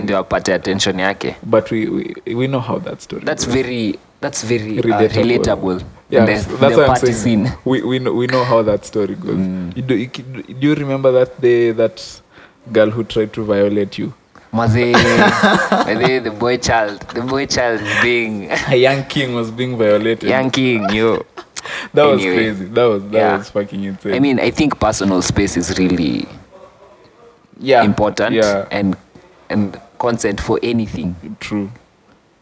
Speaker 1: ndio apate attention yake.
Speaker 3: But we, we we know how that story.
Speaker 1: That's
Speaker 3: goes.
Speaker 1: very that's very uh,
Speaker 3: Relatable.
Speaker 1: relatable.
Speaker 3: Yeah,
Speaker 1: in the,
Speaker 3: that's that's
Speaker 1: the
Speaker 3: what I'm
Speaker 1: party
Speaker 3: saying.
Speaker 1: scene. Mm.
Speaker 3: We we know, we know how that story goes. You do, you, ki- do you remember that day that girl who tried to violate you?
Speaker 1: Maze, maze, the boy child, the boy child being
Speaker 3: A young king was being violated.
Speaker 1: young king, yo.
Speaker 3: that was
Speaker 1: anyway.
Speaker 3: crazy. That was that
Speaker 1: Yeah.
Speaker 3: was fucking insane.
Speaker 1: I mean, I think personal space is really
Speaker 3: yeah,
Speaker 1: important
Speaker 3: Yeah,
Speaker 1: and and consent for anything.
Speaker 3: true.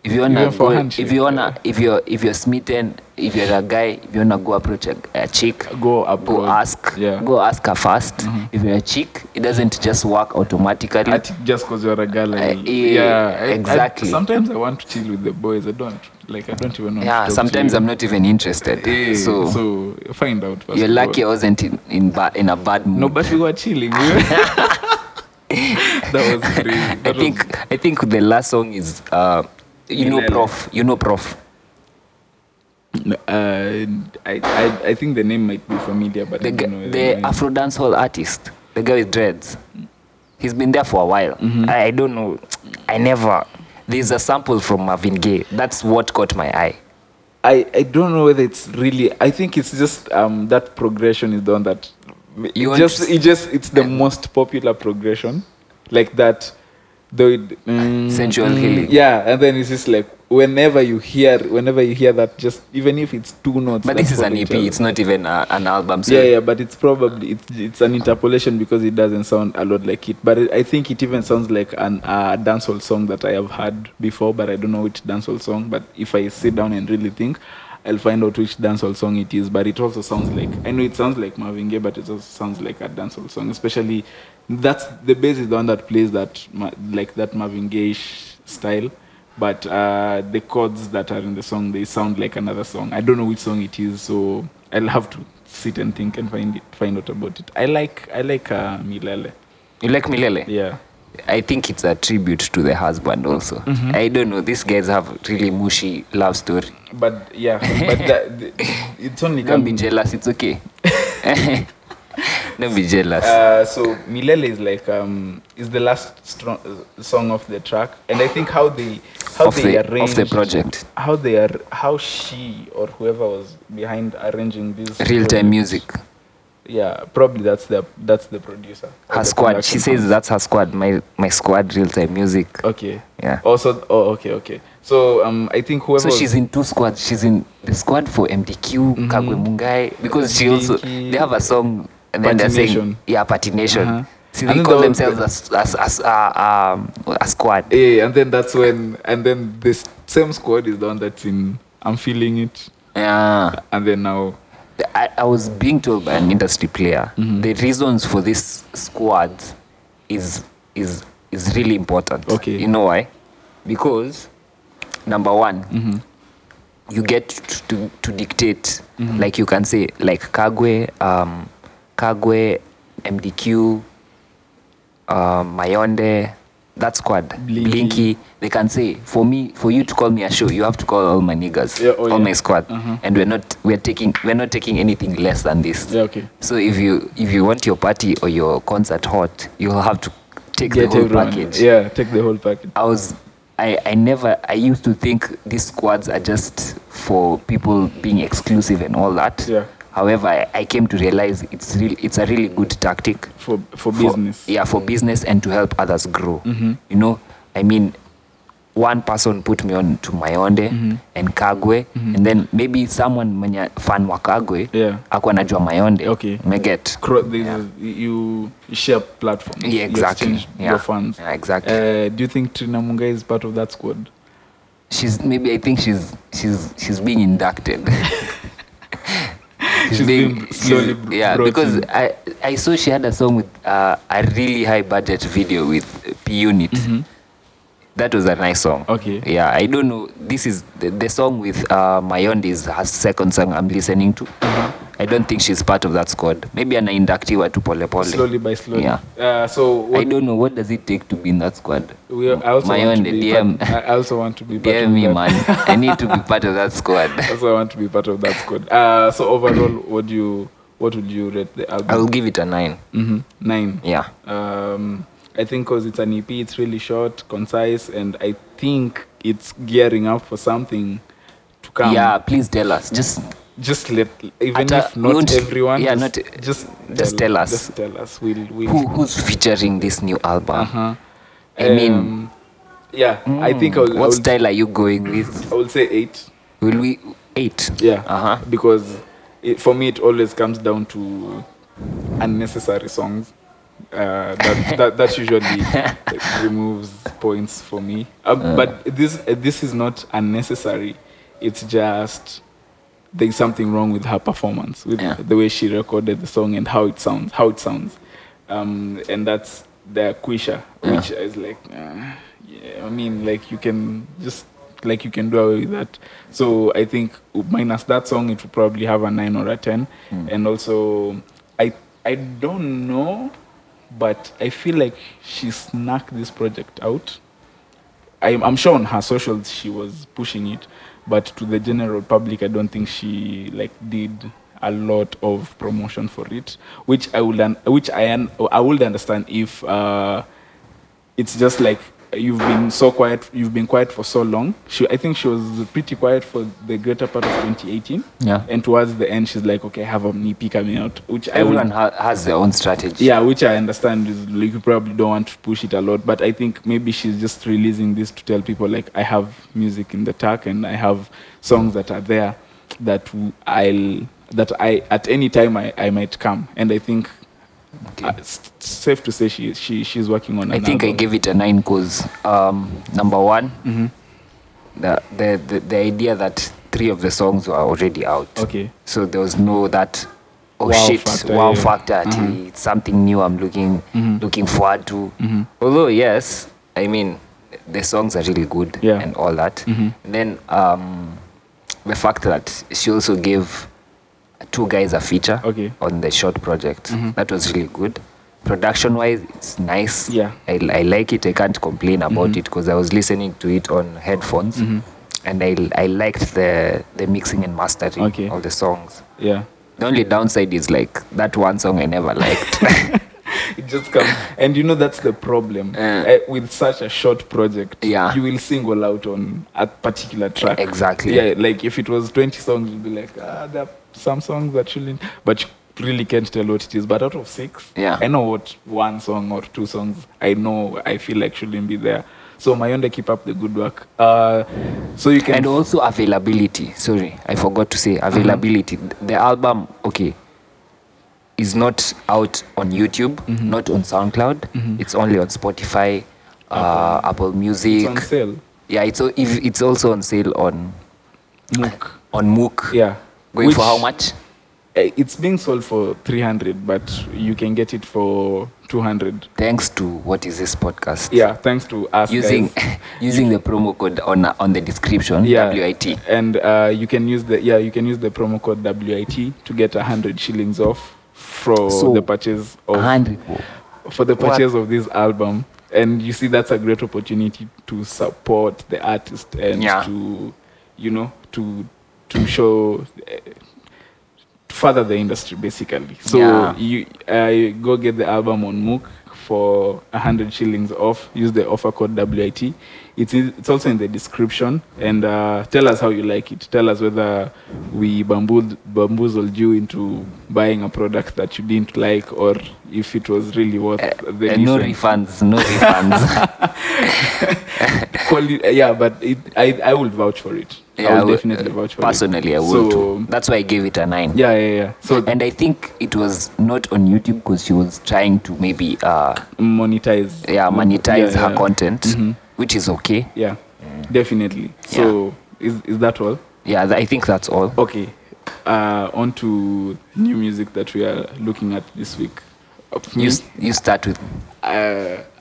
Speaker 1: if you wanna
Speaker 3: Even for
Speaker 1: go,
Speaker 3: handshake,
Speaker 1: if you wanna
Speaker 3: yeah.
Speaker 1: if you're if you're smitten if you're a guy if you wanna go approach a, a chick go
Speaker 3: Go abroad.
Speaker 1: ask
Speaker 3: Yeah. Mm-hmm.
Speaker 1: go ask her 1st if you're a chick it doesn't just work automatically
Speaker 3: At, just because you're a girl, I,
Speaker 1: Uh, eh,
Speaker 3: yeah, I- I-
Speaker 1: exactly.
Speaker 3: sometimes I want to chill with the boys. I don't like. I don't even. Want
Speaker 1: yeah
Speaker 3: to talk
Speaker 1: sometimes
Speaker 3: to
Speaker 1: i'm
Speaker 3: you.
Speaker 1: not even interested
Speaker 3: Eh,
Speaker 1: so,
Speaker 3: so, find out. First
Speaker 1: you're
Speaker 3: of all.
Speaker 1: lucky i wasn't in in, ba- in a bad mood
Speaker 3: No, but we were chilling. We were- that was crazy. That
Speaker 1: i
Speaker 3: was-
Speaker 1: think i think the last song is uh you know
Speaker 3: Milele.
Speaker 1: prof you know prof
Speaker 3: No, uh, I, I, I think the name might be familiar, but
Speaker 1: the
Speaker 3: I
Speaker 1: g-
Speaker 3: don't know. whether
Speaker 1: the
Speaker 3: mine-
Speaker 1: Afro dance hall artist, the guy with dreads. He's been there for a while.
Speaker 3: Mm-hmm.
Speaker 1: I, I don't know. I never. There's a sample from Marvin Gaye. That's what caught my eye.
Speaker 3: I, I don't know whether it's really. I think it's just um that progression is the one that it
Speaker 1: You want
Speaker 3: just
Speaker 1: s-
Speaker 3: it just it's the most popular progression, like that. Though it, mm,
Speaker 1: Sensual
Speaker 3: mm,
Speaker 1: healing.
Speaker 3: Yeah, and then it's just like whenever you hear whenever you hear that, just even if it's two notes.
Speaker 1: But
Speaker 3: that
Speaker 1: this is an E
Speaker 3: follow
Speaker 1: EP.
Speaker 3: each other.
Speaker 1: It's not even a, an album. So
Speaker 3: yeah, yeah, but it's probably it's it's an interpolation because it doesn't sound a lot like it. But I I think it even sounds like an uh, dancehall song that I have heard before, but I don't know which dancehall song. But if I sit down and really think, I'll find out which dancehall song it is. But it also sounds like I know it sounds like Marvin Gaye, but it also sounds like a dancehall song. Especially that's the bass is the one that plays that ma- like that Marvin Gaye style. But uh, the chords that are in the song they sound like another song. I don't know which song it is, so I'll have to sit and think and find it, find out about it. I like I like uh, Milele.
Speaker 1: You like Milele?
Speaker 3: Yeah.
Speaker 1: I think it's a tribute to the husband also.
Speaker 3: Mhm.
Speaker 1: I don't know. These guys have really mushy love story.
Speaker 3: But yeah, but that, the, it's only
Speaker 1: Don't be
Speaker 3: coming.
Speaker 1: jealous. It's okay. Don't be jealous.
Speaker 3: Uh, so Milele is like um is the last strong, uh, song of the track, and I think how they how
Speaker 1: of
Speaker 3: they
Speaker 1: the
Speaker 3: arranged
Speaker 1: of the project,
Speaker 3: how they are how she or whoever was behind arranging this
Speaker 1: real
Speaker 3: project-
Speaker 1: time music.
Speaker 3: yeah, probably that's the that's the producer. or
Speaker 1: Her
Speaker 3: the
Speaker 1: squad. She
Speaker 3: production
Speaker 1: says that's her squad. My my squad real time music.
Speaker 3: Okay.
Speaker 1: Yeah.
Speaker 3: Also, oh, okay, okay. So, um, I think whoever.
Speaker 1: So she's in two squads. She's in the squad for MDQ, Kagwe Mungai, because she also
Speaker 3: Mm-hmm. Jinky.
Speaker 1: they have a song and then they're
Speaker 3: Patination.
Speaker 1: saying yeah, patination.
Speaker 3: Uh-huh.
Speaker 1: See,
Speaker 3: And
Speaker 1: they
Speaker 3: then
Speaker 1: call
Speaker 3: the-
Speaker 1: themselves as as as uh, um, a squad.
Speaker 3: Eh, and then that's when, and then this same squad is the one that's in. I'm feeling it,
Speaker 1: Yeah,
Speaker 3: and then now.
Speaker 1: I, I was being told by an industry player
Speaker 3: Mm-hmm.
Speaker 1: the reasons for this squad is is is really important.
Speaker 3: Okay.
Speaker 1: you know why? Because number one,
Speaker 3: Mm-hmm.
Speaker 1: you get to, to, to dictate
Speaker 3: Mm-hmm.
Speaker 1: like you can say like kagwe um, kagwe mdq um, mayonde that squad
Speaker 3: Blinky.
Speaker 1: blinky. they can say for me for you to call me a show you have to call all my niggas
Speaker 3: Yeah, oh
Speaker 1: all my
Speaker 3: yeah.
Speaker 1: squad
Speaker 3: Uh-huh.
Speaker 1: and we're not we're taking we're not taking anything less than this
Speaker 3: Yeah, okay.
Speaker 1: so if you if you want your party or your concert hot you'll have to take
Speaker 3: Get
Speaker 1: the whole
Speaker 3: everyone.
Speaker 1: package Uh,
Speaker 3: Yeah, take the whole package.
Speaker 1: I was I, I never I used to think these squads are just for people being exclusive and all that.
Speaker 3: Yeah.
Speaker 1: However, I, I came to realize it's real it's a really good tactic
Speaker 3: For for business. Mm-hmm.
Speaker 1: yeah, for business and to help others grow. You know, I mean, one person put me on to Mayonde
Speaker 3: Mm-hmm.
Speaker 1: and Kagwe, and then maybe someone mwenye fan wa Kagwe
Speaker 3: Yeah.
Speaker 1: akuwa anajua Mayonde.
Speaker 3: Okay.
Speaker 1: Umeget?
Speaker 3: Cro- this is, you you share platform.
Speaker 1: Yeah, exactly.
Speaker 3: You exchange
Speaker 1: Yeah.
Speaker 3: Your fans.
Speaker 1: Yeah, exactly.
Speaker 3: Uh, do you think Trina Mungai is part of that squad?
Speaker 1: she's maybe I think she's she's she's being inducted.
Speaker 3: She's being slowly br-
Speaker 1: yeah,
Speaker 3: brought
Speaker 1: because
Speaker 3: in.
Speaker 1: I I saw she had a song with uh, a really high budget video with P Unit. That was a nice song.
Speaker 3: Mm-hmm. Okay.
Speaker 1: Yeah, I don't know. This is the, the song with uh, Mayond is her second song I'm listening to.
Speaker 3: Mm-hmm.
Speaker 1: I don't think she's part of that squad. Maybe an inductiwa to Pole Pole.
Speaker 3: Slowly by slowly.
Speaker 1: Yeah.
Speaker 3: Uh, so
Speaker 1: I
Speaker 3: what
Speaker 1: don't know what does it take to be in that squad.
Speaker 3: we I also want to
Speaker 1: Mayonde,
Speaker 3: be
Speaker 1: DM,
Speaker 3: Part, I also want to be part
Speaker 1: DM
Speaker 3: of
Speaker 1: me,
Speaker 3: that.
Speaker 1: man. I need to be part of that squad.
Speaker 3: Also, I want to be part of that squad. Uh, so overall, what do you what would you rate the
Speaker 1: I will
Speaker 3: album?
Speaker 1: give it a nine.
Speaker 3: hmm Nine.
Speaker 1: Yeah.
Speaker 3: Um, I think because it's an EP, it's really short, concise, and I think it's gearing up for something to come.
Speaker 1: yeah, please tell us. Just
Speaker 3: Just let, even
Speaker 1: Ata-
Speaker 3: if not
Speaker 1: won't-
Speaker 3: everyone.
Speaker 1: yeah,
Speaker 3: just,
Speaker 1: not-
Speaker 3: just
Speaker 1: just tell us.
Speaker 3: Just tell us. We'll we'll.
Speaker 1: who, who's featuring this new album?
Speaker 3: Uh-huh.
Speaker 1: I mean- Mm.
Speaker 3: Um, yeah. I think I will, I
Speaker 1: What
Speaker 3: will,
Speaker 1: style are you going with?
Speaker 3: I will say eight.
Speaker 1: Will we eight?
Speaker 3: Yeah.
Speaker 1: Uh huh.
Speaker 3: Because it, for me, it always comes down to unnecessary songs. Uh, that, that that usually like, removes points for me. Uh, but this uh, this is not unnecessary. It's just there's something wrong with her performance, with
Speaker 1: Yeah.
Speaker 3: the way she recorded the song and how it sounds. How it sounds, um, and that's the Quisha, which is like, uh, yeah, I mean, like you can just like you can do away with that. So I think minus that song, it will probably have a nine or a ten. And also, I I don't know, but I feel like she snuck this project out. I'm, I'm sure on her socials she was pushing it, but to the general public, I don't think she like did a lot of promotion for it, which I would un- which I un- I would understand if uh, it's just like you've been so quiet, you've been quiet for so long. She, I think she was pretty quiet for the greater part of 2018.
Speaker 1: Yeah.
Speaker 3: And towards the end, she's like, okay, I have an EP coming out, which I would
Speaker 1: Everyone ha- has their own strategy.
Speaker 3: yeah, which I understand is like you probably don't want to push it a lot, but I think maybe she's just releasing this to tell people like I have music in the tank and I have songs that are there that w- I'll that I at any time I, I might come and I think uh, s- safe to say she she she's working on.
Speaker 1: I
Speaker 3: an
Speaker 1: think I
Speaker 3: album.
Speaker 1: gave it a nine because um, number one,
Speaker 3: Mm-hmm.
Speaker 1: the, the the the idea that three of the songs were already out.
Speaker 3: Okay.
Speaker 1: So there was no that oh
Speaker 3: Wow
Speaker 1: shit
Speaker 3: factor,
Speaker 1: wow
Speaker 3: yeah. Mm-hmm.
Speaker 1: factor. ati, It's something new I'm looking looking forward to. Although yes, I mean the songs are really good
Speaker 3: Yeah. Mm-hmm.
Speaker 1: and all that. And then um, the fact that she also gave two guys a feature
Speaker 3: Okay. Mm-hmm.
Speaker 1: on the short project that was really good. Production wise, it's nice.
Speaker 3: Yeah. Mm-hmm.
Speaker 1: I, I like it. I can't complain about it because I was listening to it on headphones, and I, I liked the the mixing and mastering
Speaker 3: Okay.
Speaker 1: of the songs.
Speaker 3: yeah.
Speaker 1: The only downside is like that one song I never liked.
Speaker 3: It just comes, and you know that's the problem
Speaker 1: Yeah.
Speaker 3: uh, with such a short project.
Speaker 1: Yeah.
Speaker 3: you will single out on a particular track.
Speaker 1: Exactly.
Speaker 3: Yeah, like if it was twenty songs, you'd be like, ah, there are some songs that shouldn't. But really can't tell what it is. But out of six,
Speaker 1: Yeah.
Speaker 3: I know what one song or two songs I know I feel like shouldn't be there. So Mayonde, keep up the good work. Uh, so you can
Speaker 1: and also availability sorry i forgot to say availability
Speaker 3: Mm-hmm.
Speaker 1: the album okay is not out on youtube
Speaker 3: Mm-hmm.
Speaker 1: not on soundcloud it's only on spotify uh, apple music
Speaker 3: it's on sale.
Speaker 1: yeah it's, al- if- it's also on sale on
Speaker 3: Mook.
Speaker 1: on mooc
Speaker 3: Yeah.
Speaker 1: going for
Speaker 3: Which-
Speaker 1: how much
Speaker 3: Eh, It's being sold for 300, but you can get it for 200.
Speaker 1: thanks to what is this podcast
Speaker 3: Yeah, thanks to us.
Speaker 1: using
Speaker 3: guys.
Speaker 1: using the promo code on on the description
Speaker 3: yeah,
Speaker 1: wit
Speaker 3: and uh, you can use the yeah you can use the promo code WIT to get 100 shillings off for
Speaker 1: So,
Speaker 3: the purchase of
Speaker 1: 100
Speaker 3: for the purchase of this album. And you see, that's a great opportunity to support the artist and
Speaker 1: Yeah.
Speaker 3: to, you know, to to show eh, to further the industry basically. So
Speaker 1: Yeah.
Speaker 3: you uh, go get the album on Mook for hundred shillings off. Use the offer code WIT. It is it's also in the description. And uh, tell us how you like it. Tell us whether we bamboozled, bamboozled you into buying a product that you didn't like, or if it was really worth the
Speaker 1: and Eh, Uh, no
Speaker 3: listen.
Speaker 1: refunds no refunds
Speaker 3: Quali- eh, yeah, but it, I I will vouch for it. I will
Speaker 1: w-
Speaker 3: definitely
Speaker 1: uh,
Speaker 3: vouch for
Speaker 1: personally
Speaker 3: it.
Speaker 1: i would
Speaker 3: So,
Speaker 1: too that's why i gave it a nine
Speaker 3: yeah, yeah, yeah. So
Speaker 1: and i think it was not on youtube because she was trying to maybe uh
Speaker 3: monetize.
Speaker 1: yeah monetize
Speaker 3: Yeah, Mm-hmm.
Speaker 1: her
Speaker 3: yeah.
Speaker 1: content which is okay
Speaker 3: Yeah,
Speaker 1: Mm.
Speaker 3: definitely. So is is that all?
Speaker 1: yeah th- i think that's all
Speaker 3: Okay. Uh, on to new music that we are looking at this week. Uh, for
Speaker 1: you
Speaker 3: me,
Speaker 1: s- you start with
Speaker 3: uh,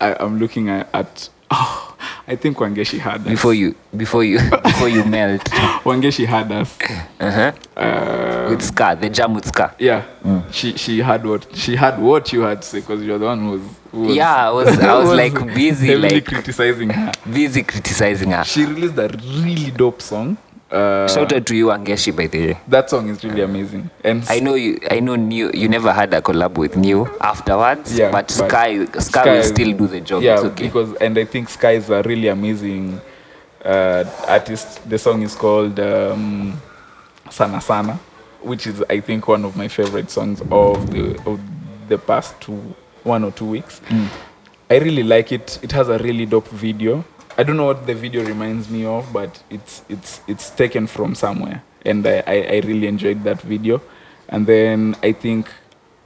Speaker 3: I, I'm looking at. at oh, I think Wangeshi had us.
Speaker 1: before you before you before you melt
Speaker 3: Wangeshi had us.
Speaker 1: uh-huh.
Speaker 3: Uh,
Speaker 1: with scar the jam with scar
Speaker 3: yeah,
Speaker 1: Mm.
Speaker 3: she she had what she had what you had to say because you're the one who was. Who was
Speaker 1: Yeah, I was- I was, like, busy,
Speaker 3: heavily
Speaker 1: like-
Speaker 3: criticizing her.
Speaker 1: busy criticizing her
Speaker 3: She released a really dope song. Uh,
Speaker 1: shout out to you angeshi by the way
Speaker 3: that song is really amazing. And
Speaker 1: I know you. I know new. You never had a collab with new afterwards,
Speaker 3: Yeah,
Speaker 1: but,
Speaker 3: but
Speaker 1: Sky, Sky, will
Speaker 3: is-
Speaker 1: still do the job.
Speaker 3: Yeah,
Speaker 1: it's okay.
Speaker 3: because and I think Sky is a really amazing uh, artist. The song is called um, Sana Sana, which is I think one of my favorite songs of the of the past two one or two weeks.
Speaker 1: Mm.
Speaker 3: I really like it. It has a really dope video. I don't know what the video reminds me of, but it's it's it's taken from somewhere, and I I, I really enjoyed that video. And then I think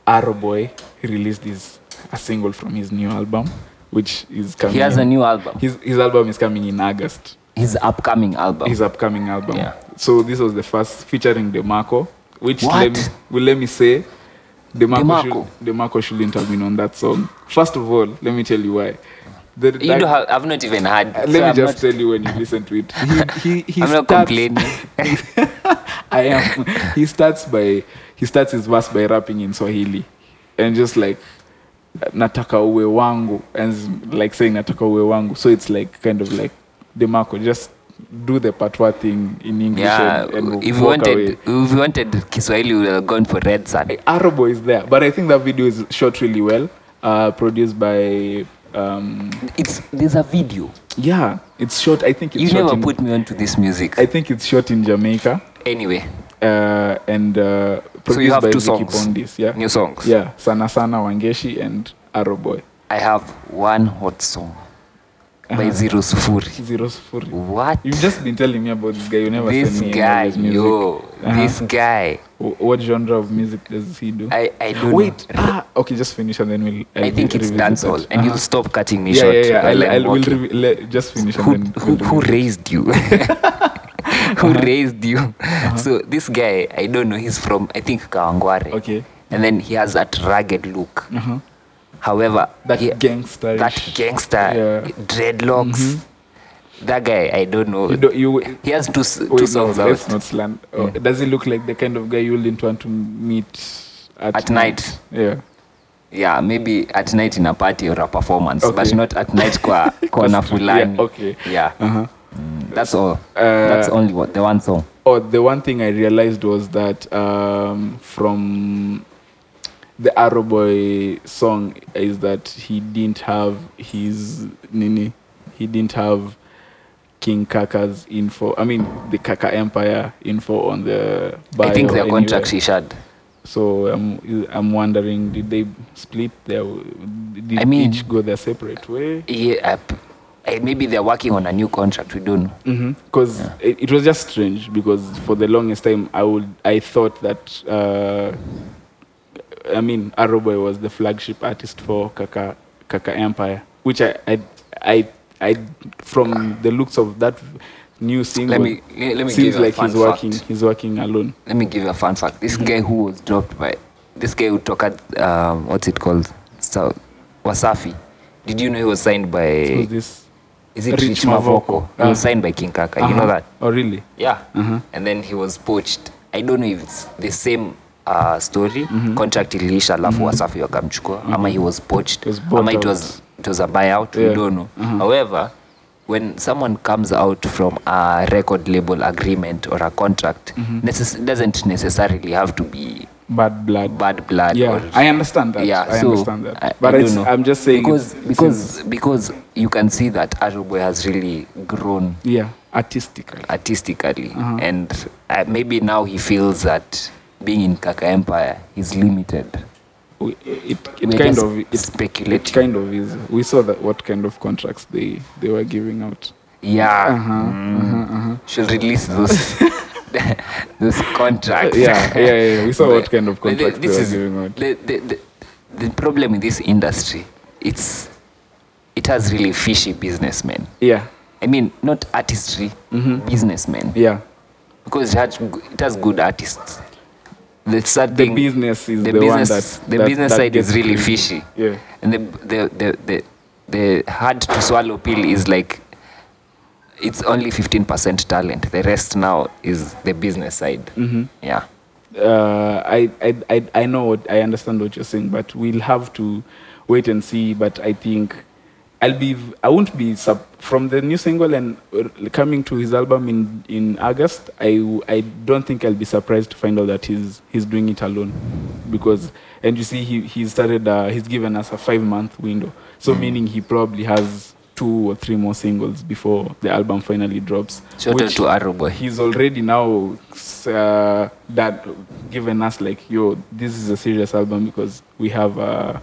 Speaker 3: Arrow Boy released his a single from his new album, which is coming.
Speaker 1: he has a
Speaker 3: in-
Speaker 1: new album.
Speaker 3: His his album is coming in August.
Speaker 1: His upcoming album.
Speaker 3: His upcoming album.
Speaker 1: Yeah.
Speaker 3: So this was the first featuring DeMarco, which
Speaker 1: What?
Speaker 3: let me well, let me say, DeMarco,
Speaker 1: DeMarco.
Speaker 3: Should, DeMarco shouldn't have been on that song. First of all, let me tell you why. The-
Speaker 1: you
Speaker 3: that-
Speaker 1: don't have, I've not even heard.
Speaker 3: Uh, let
Speaker 1: so
Speaker 3: me
Speaker 1: I'm
Speaker 3: just
Speaker 1: not,
Speaker 3: tell you when you listen to it. He, he, he
Speaker 1: I'm not
Speaker 3: starts-
Speaker 1: complaining.
Speaker 3: I am. He starts by he starts his verse by rapping in Swahili, and just like nataka uwe wangu, and s- like saying nataka uwe wangu. So it's like kind of like Demarco, just do the patwa thing in English
Speaker 1: yeah,
Speaker 3: and, and
Speaker 1: if you
Speaker 3: walk
Speaker 1: wanted,
Speaker 3: away.
Speaker 1: if you wanted Kiswahili, we would have gone for Red Sun.
Speaker 3: Arrow is there, but I think that video is shot really well. Uh, produced by um,
Speaker 1: It's there's a video.
Speaker 3: yeah, it's shot. I think it's
Speaker 1: You
Speaker 3: shot
Speaker 1: never
Speaker 3: in,
Speaker 1: put me onto this music.
Speaker 3: I think it's shot in Jamaica.
Speaker 1: anyway,
Speaker 3: uh, and uh, produced
Speaker 1: so you have
Speaker 3: by
Speaker 1: two
Speaker 3: Vicky
Speaker 1: songs,
Speaker 3: Pondis, yeah,
Speaker 1: new songs.
Speaker 3: yeah, Sana Sana Wangeshi and Arrow Boy.
Speaker 1: I have one hot song by Zero Sufuri.
Speaker 3: Zero Sufuri.
Speaker 1: What?
Speaker 3: You've Uh-huh. just been telling me about this guy. You never
Speaker 1: this
Speaker 3: send me
Speaker 1: guy,
Speaker 3: any of his music.
Speaker 1: yo,
Speaker 3: Uh-huh.
Speaker 1: this guy.
Speaker 3: Wh- What genre of music does he do?
Speaker 1: I, I don't
Speaker 3: Wait,
Speaker 1: know.
Speaker 3: ah, okay, just finish and then we'll. I'll
Speaker 1: I think
Speaker 3: re-
Speaker 1: it's
Speaker 3: revisit that.
Speaker 1: dancehall, and
Speaker 3: Uh-huh.
Speaker 1: you'll stop cutting me
Speaker 3: Yeah,
Speaker 1: short.
Speaker 3: yeah, yeah.
Speaker 1: while
Speaker 3: I'll,
Speaker 1: I'm
Speaker 3: I'll, we'll
Speaker 1: walking.
Speaker 3: revi- let, just finish
Speaker 1: who,
Speaker 3: and then.
Speaker 1: who,
Speaker 3: we'll Uh-huh.
Speaker 1: who
Speaker 3: revisit.
Speaker 1: raised you? who raised you?
Speaker 3: Uh-huh.
Speaker 1: So this guy, I don't know. He's from I think Kawangware.
Speaker 3: Okay.
Speaker 1: And then he has that rugged look.
Speaker 3: Uh-huh.
Speaker 1: However,
Speaker 3: That
Speaker 1: he-
Speaker 3: gangster.
Speaker 1: that gangster,
Speaker 3: Yeah. Mm-hmm.
Speaker 1: dreadlocks. That guy, I don't know.
Speaker 3: You, do, you
Speaker 1: he has two s-
Speaker 3: Wait,
Speaker 1: two songs
Speaker 3: no,
Speaker 1: out.
Speaker 3: Let's not slant. Oh, Does he look like the kind of guy you wouldn't want to meet at,
Speaker 1: At night.
Speaker 3: Yeah.
Speaker 1: yeah maybe at night in a party or a performance but
Speaker 3: Okay.
Speaker 1: not at night kwa kona fulani
Speaker 3: Yeah, okay.
Speaker 1: yeah
Speaker 3: Uh-huh.
Speaker 1: Mm, that's all that's
Speaker 3: Uh,
Speaker 1: only what the one song
Speaker 3: oh, the one thing I realized was that um, from the Arrow Boy song is that he didn't have his nini. He didn't have King Kaka's info. I mean, the Kaka Empire info on the.
Speaker 1: i
Speaker 3: bio
Speaker 1: think their
Speaker 3: anywhere.
Speaker 1: contract is shared
Speaker 3: So I'm I'm wondering, did they split their? Did
Speaker 1: I mean-
Speaker 3: each go their separate way?
Speaker 1: Yeah, uh, p- eh, maybe they're working on a new contract. We don't know.
Speaker 3: because it, it was just strange because for the longest time I would I thought that uh, I mean Arrowboy was the flagship artist for Kaka Kaka Empire, which I I I, I from the looks of that new single
Speaker 1: Let me let, let me give
Speaker 3: seems
Speaker 1: you a
Speaker 3: like
Speaker 1: fun
Speaker 3: he's working
Speaker 1: fact.
Speaker 3: he's working alone.
Speaker 1: Let me give you a fun fact.
Speaker 3: Mm-hmm.
Speaker 1: This guy who was dropped by this guy who took at um, what's it called? So, Wasafi. Did you know he was signed
Speaker 3: Who's
Speaker 1: by
Speaker 3: this?
Speaker 1: is it
Speaker 3: Rich
Speaker 1: Rich Mavoko? He
Speaker 3: Ah.
Speaker 1: was signed by King Kaka. You
Speaker 3: Uh-huh.
Speaker 1: know that?
Speaker 3: Oh really?
Speaker 1: Yeah. And then he was poached. I don't know if it's the same uh, story.
Speaker 3: Mm-hmm.
Speaker 1: Contract iliisha alafu Wasafi wakamchukua ama he was poached
Speaker 3: It Mm-hmm. was bought
Speaker 1: ama it
Speaker 3: out.
Speaker 1: was, it was a buyout.
Speaker 3: Yeah. Mm-hmm.
Speaker 1: We don't know. However, when someone comes out from a record label agreement or a contract,
Speaker 3: Mm-hmm.
Speaker 1: necess- doesn't necessarily have to be
Speaker 3: Bad blood.
Speaker 1: bad blood.
Speaker 3: yeah,
Speaker 1: or,
Speaker 3: I understand that.
Speaker 1: Yeah,
Speaker 3: I
Speaker 1: so
Speaker 3: understand that.
Speaker 1: I-
Speaker 3: but
Speaker 1: I
Speaker 3: it's,
Speaker 1: don't know.
Speaker 3: I'm just saying
Speaker 1: because
Speaker 3: it's- it's-
Speaker 1: because because you can see that Aruboy has really grown
Speaker 3: yeah, artistically.
Speaker 1: artistically
Speaker 3: Uh-huh.
Speaker 1: and uh, maybe now he feels that being in kaka empire is limited
Speaker 3: we- it, it
Speaker 1: We're
Speaker 3: kind
Speaker 1: just
Speaker 3: of it,
Speaker 1: speculating.
Speaker 3: it kind of is we saw that what kind of contracts they they were giving out
Speaker 1: yeah
Speaker 3: Uh-huh,
Speaker 1: Mm. she'll release those those contracts
Speaker 3: Yeah, yeah, yeah, we saw
Speaker 1: But-
Speaker 3: what kind of
Speaker 1: but the-
Speaker 3: contracts they
Speaker 1: this
Speaker 3: were
Speaker 1: is-
Speaker 3: giving out.
Speaker 1: the, the, the, the problem in this industry it's it has really fishy businessmen
Speaker 3: yeah
Speaker 1: i mean not artistry businessmen
Speaker 3: Mm-hmm. yeah
Speaker 1: because it has, g- it has good artists the sad
Speaker 3: the
Speaker 1: thing
Speaker 3: business is the,
Speaker 1: the business
Speaker 3: one that
Speaker 1: the
Speaker 3: that-
Speaker 1: business
Speaker 3: that
Speaker 1: side
Speaker 3: gets
Speaker 1: is really
Speaker 3: greedy.
Speaker 1: fishy
Speaker 3: yeah
Speaker 1: and the the the the, the hard to swallow pill is like it's only 15% talent the rest now is the business side mm-hmm. yeah
Speaker 3: uh, I, I, I, I know what I understand what you're saying, but we'll have to wait and see. But I think I'll be I won't be sub, from the new single and uh, coming to his album in, in August. I, w- I don't think I'll be surprised to find out that he's he's doing it alone because and you see he he started uh, he's given us a five month window, so meaning he probably has two or three more singles before the album finally drops.
Speaker 1: shout out
Speaker 3: which-
Speaker 1: to Aruboy
Speaker 3: he's already now uh, that given us like yo this is a serious album because we have uh,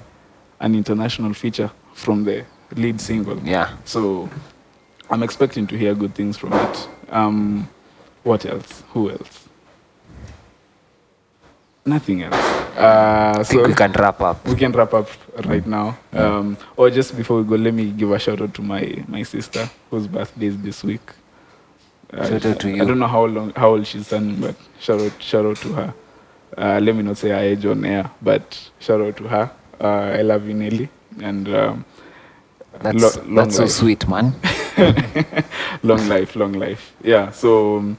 Speaker 3: an international feature from the lead single
Speaker 1: yeah
Speaker 3: so i'm expecting to hear good things from it um what else who else nothing else uh
Speaker 1: I think
Speaker 3: so
Speaker 1: we can wrap up
Speaker 3: we can wrap up right now um or just before we go let me give a shout out to my my sister whose birthday is this week uh,
Speaker 1: Shout out to
Speaker 3: I
Speaker 1: you.
Speaker 3: don't know how long how old she's turning, but shout out shout out to her. Uh, let me not say her age on air, but shout out to her. Uh, I love you, Nelly, and um,
Speaker 1: that's
Speaker 3: lo- long
Speaker 1: that's so
Speaker 3: life.
Speaker 1: sweet man
Speaker 3: long life, long life. Yeah. So um,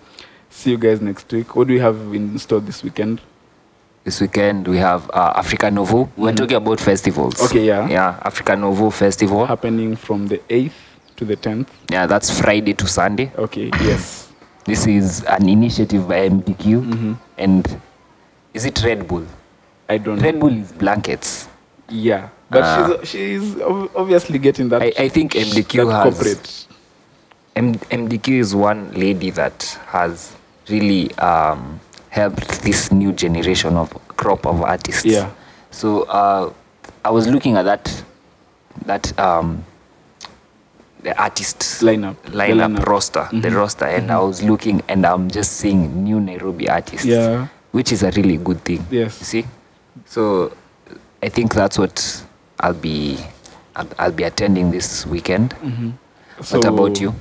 Speaker 3: see you guys next week. What do we have in store this weekend?
Speaker 1: this weekend we have uh, Africa Novo we're talking about festivals
Speaker 3: Mm. Okay, yeah.
Speaker 1: yeah Africa Novo festival
Speaker 3: Happening from the eighth to the tenth.
Speaker 1: yeah that's Friday to Sunday
Speaker 3: Okay. Yes.
Speaker 1: This is an initiative by MDQ,
Speaker 3: Mm-hmm.
Speaker 1: and is it Red Bull?
Speaker 3: I don't.
Speaker 1: Red Bull is blankets.
Speaker 3: Yeah. But
Speaker 1: Ah.
Speaker 3: she's she's ob- obviously getting that.
Speaker 1: I- I think MDQ
Speaker 3: that
Speaker 1: has-
Speaker 3: corporate.
Speaker 1: M- MDQ is one lady that has really um, helped this new generation of crop of artists.
Speaker 3: Yeah.
Speaker 1: So uh, I was looking at that that um, the artists
Speaker 3: Lineup. The
Speaker 1: lineup,
Speaker 3: lineup. Mm-hmm.
Speaker 1: roster the roster and I was looking and I'm just seeing new Nairobi artists.
Speaker 3: Yeah.
Speaker 1: Which is a really good thing.
Speaker 3: Yes.
Speaker 1: You see? So I think that's what I'll be I'll, I'll be attending this weekend.
Speaker 3: Mm-hmm.
Speaker 1: What about you?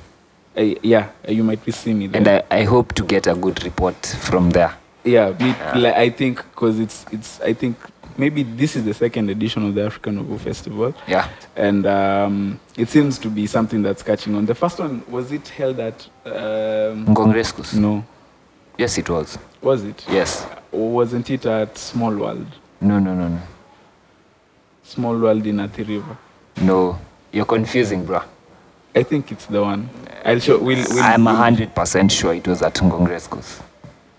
Speaker 3: I, Uh, yeah, you might be seeing me there.
Speaker 1: and I, I hope to get a good report from there.
Speaker 3: yeah, me, Like, I think because it's it's I think maybe this is the second edition of the African Novel Festival.
Speaker 1: Yeah.
Speaker 3: and um, it seems to be something that's catching on. The first one was it held at um,
Speaker 1: Ngongrescus.
Speaker 3: no,
Speaker 1: Yes, it was.
Speaker 3: was it?
Speaker 1: Yes.
Speaker 3: Or wasn't it at Small World?
Speaker 1: No, no, no, no.
Speaker 3: Small World in Ati River.
Speaker 1: No, you're confusing, bro.
Speaker 3: I think it's the one. I'll show. We'll, we'll,
Speaker 1: I'm
Speaker 3: we'll-
Speaker 1: 100% sure it was at Ngongrescus.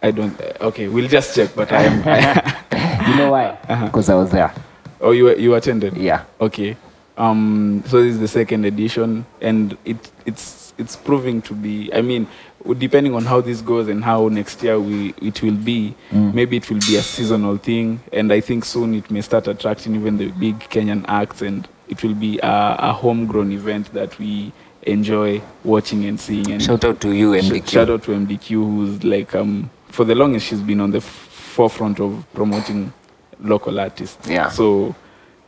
Speaker 3: I don't. Okay, we'll just check. But I am. I,
Speaker 1: You know why? Because I was there.
Speaker 3: oh, you you attended?
Speaker 1: Yeah.
Speaker 3: Okay. Um, so this is the second edition, and it it's it's proving to be. I mean, depending on how this goes and how next year we it will be maybe it will be a seasonal thing and i think soon it may start attracting even the big kenyan acts and it will be a, a homegrown event that we enjoy watching and seeing and
Speaker 1: Shout out to you,
Speaker 3: Sh-
Speaker 1: MDQ.
Speaker 3: Shout out to MDQ, who's like um for the longest she's been on the f- forefront of promoting local artists.
Speaker 1: Yeah.
Speaker 3: So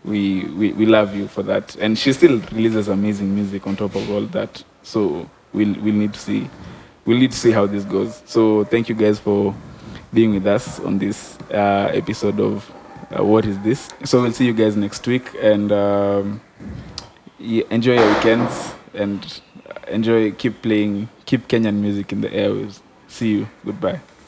Speaker 3: we, we we love you for that, and she still releases amazing music on top of all that. So we'll we'll need to see we'll need to see how this goes. So thank you guys for being with us on this uh, episode of uh, what is this? So we'll see you guys next week, and. Um, yeah, enjoy your weekends and uh, enjoy keep playing keep kenyan music in the airwaves see you goodbye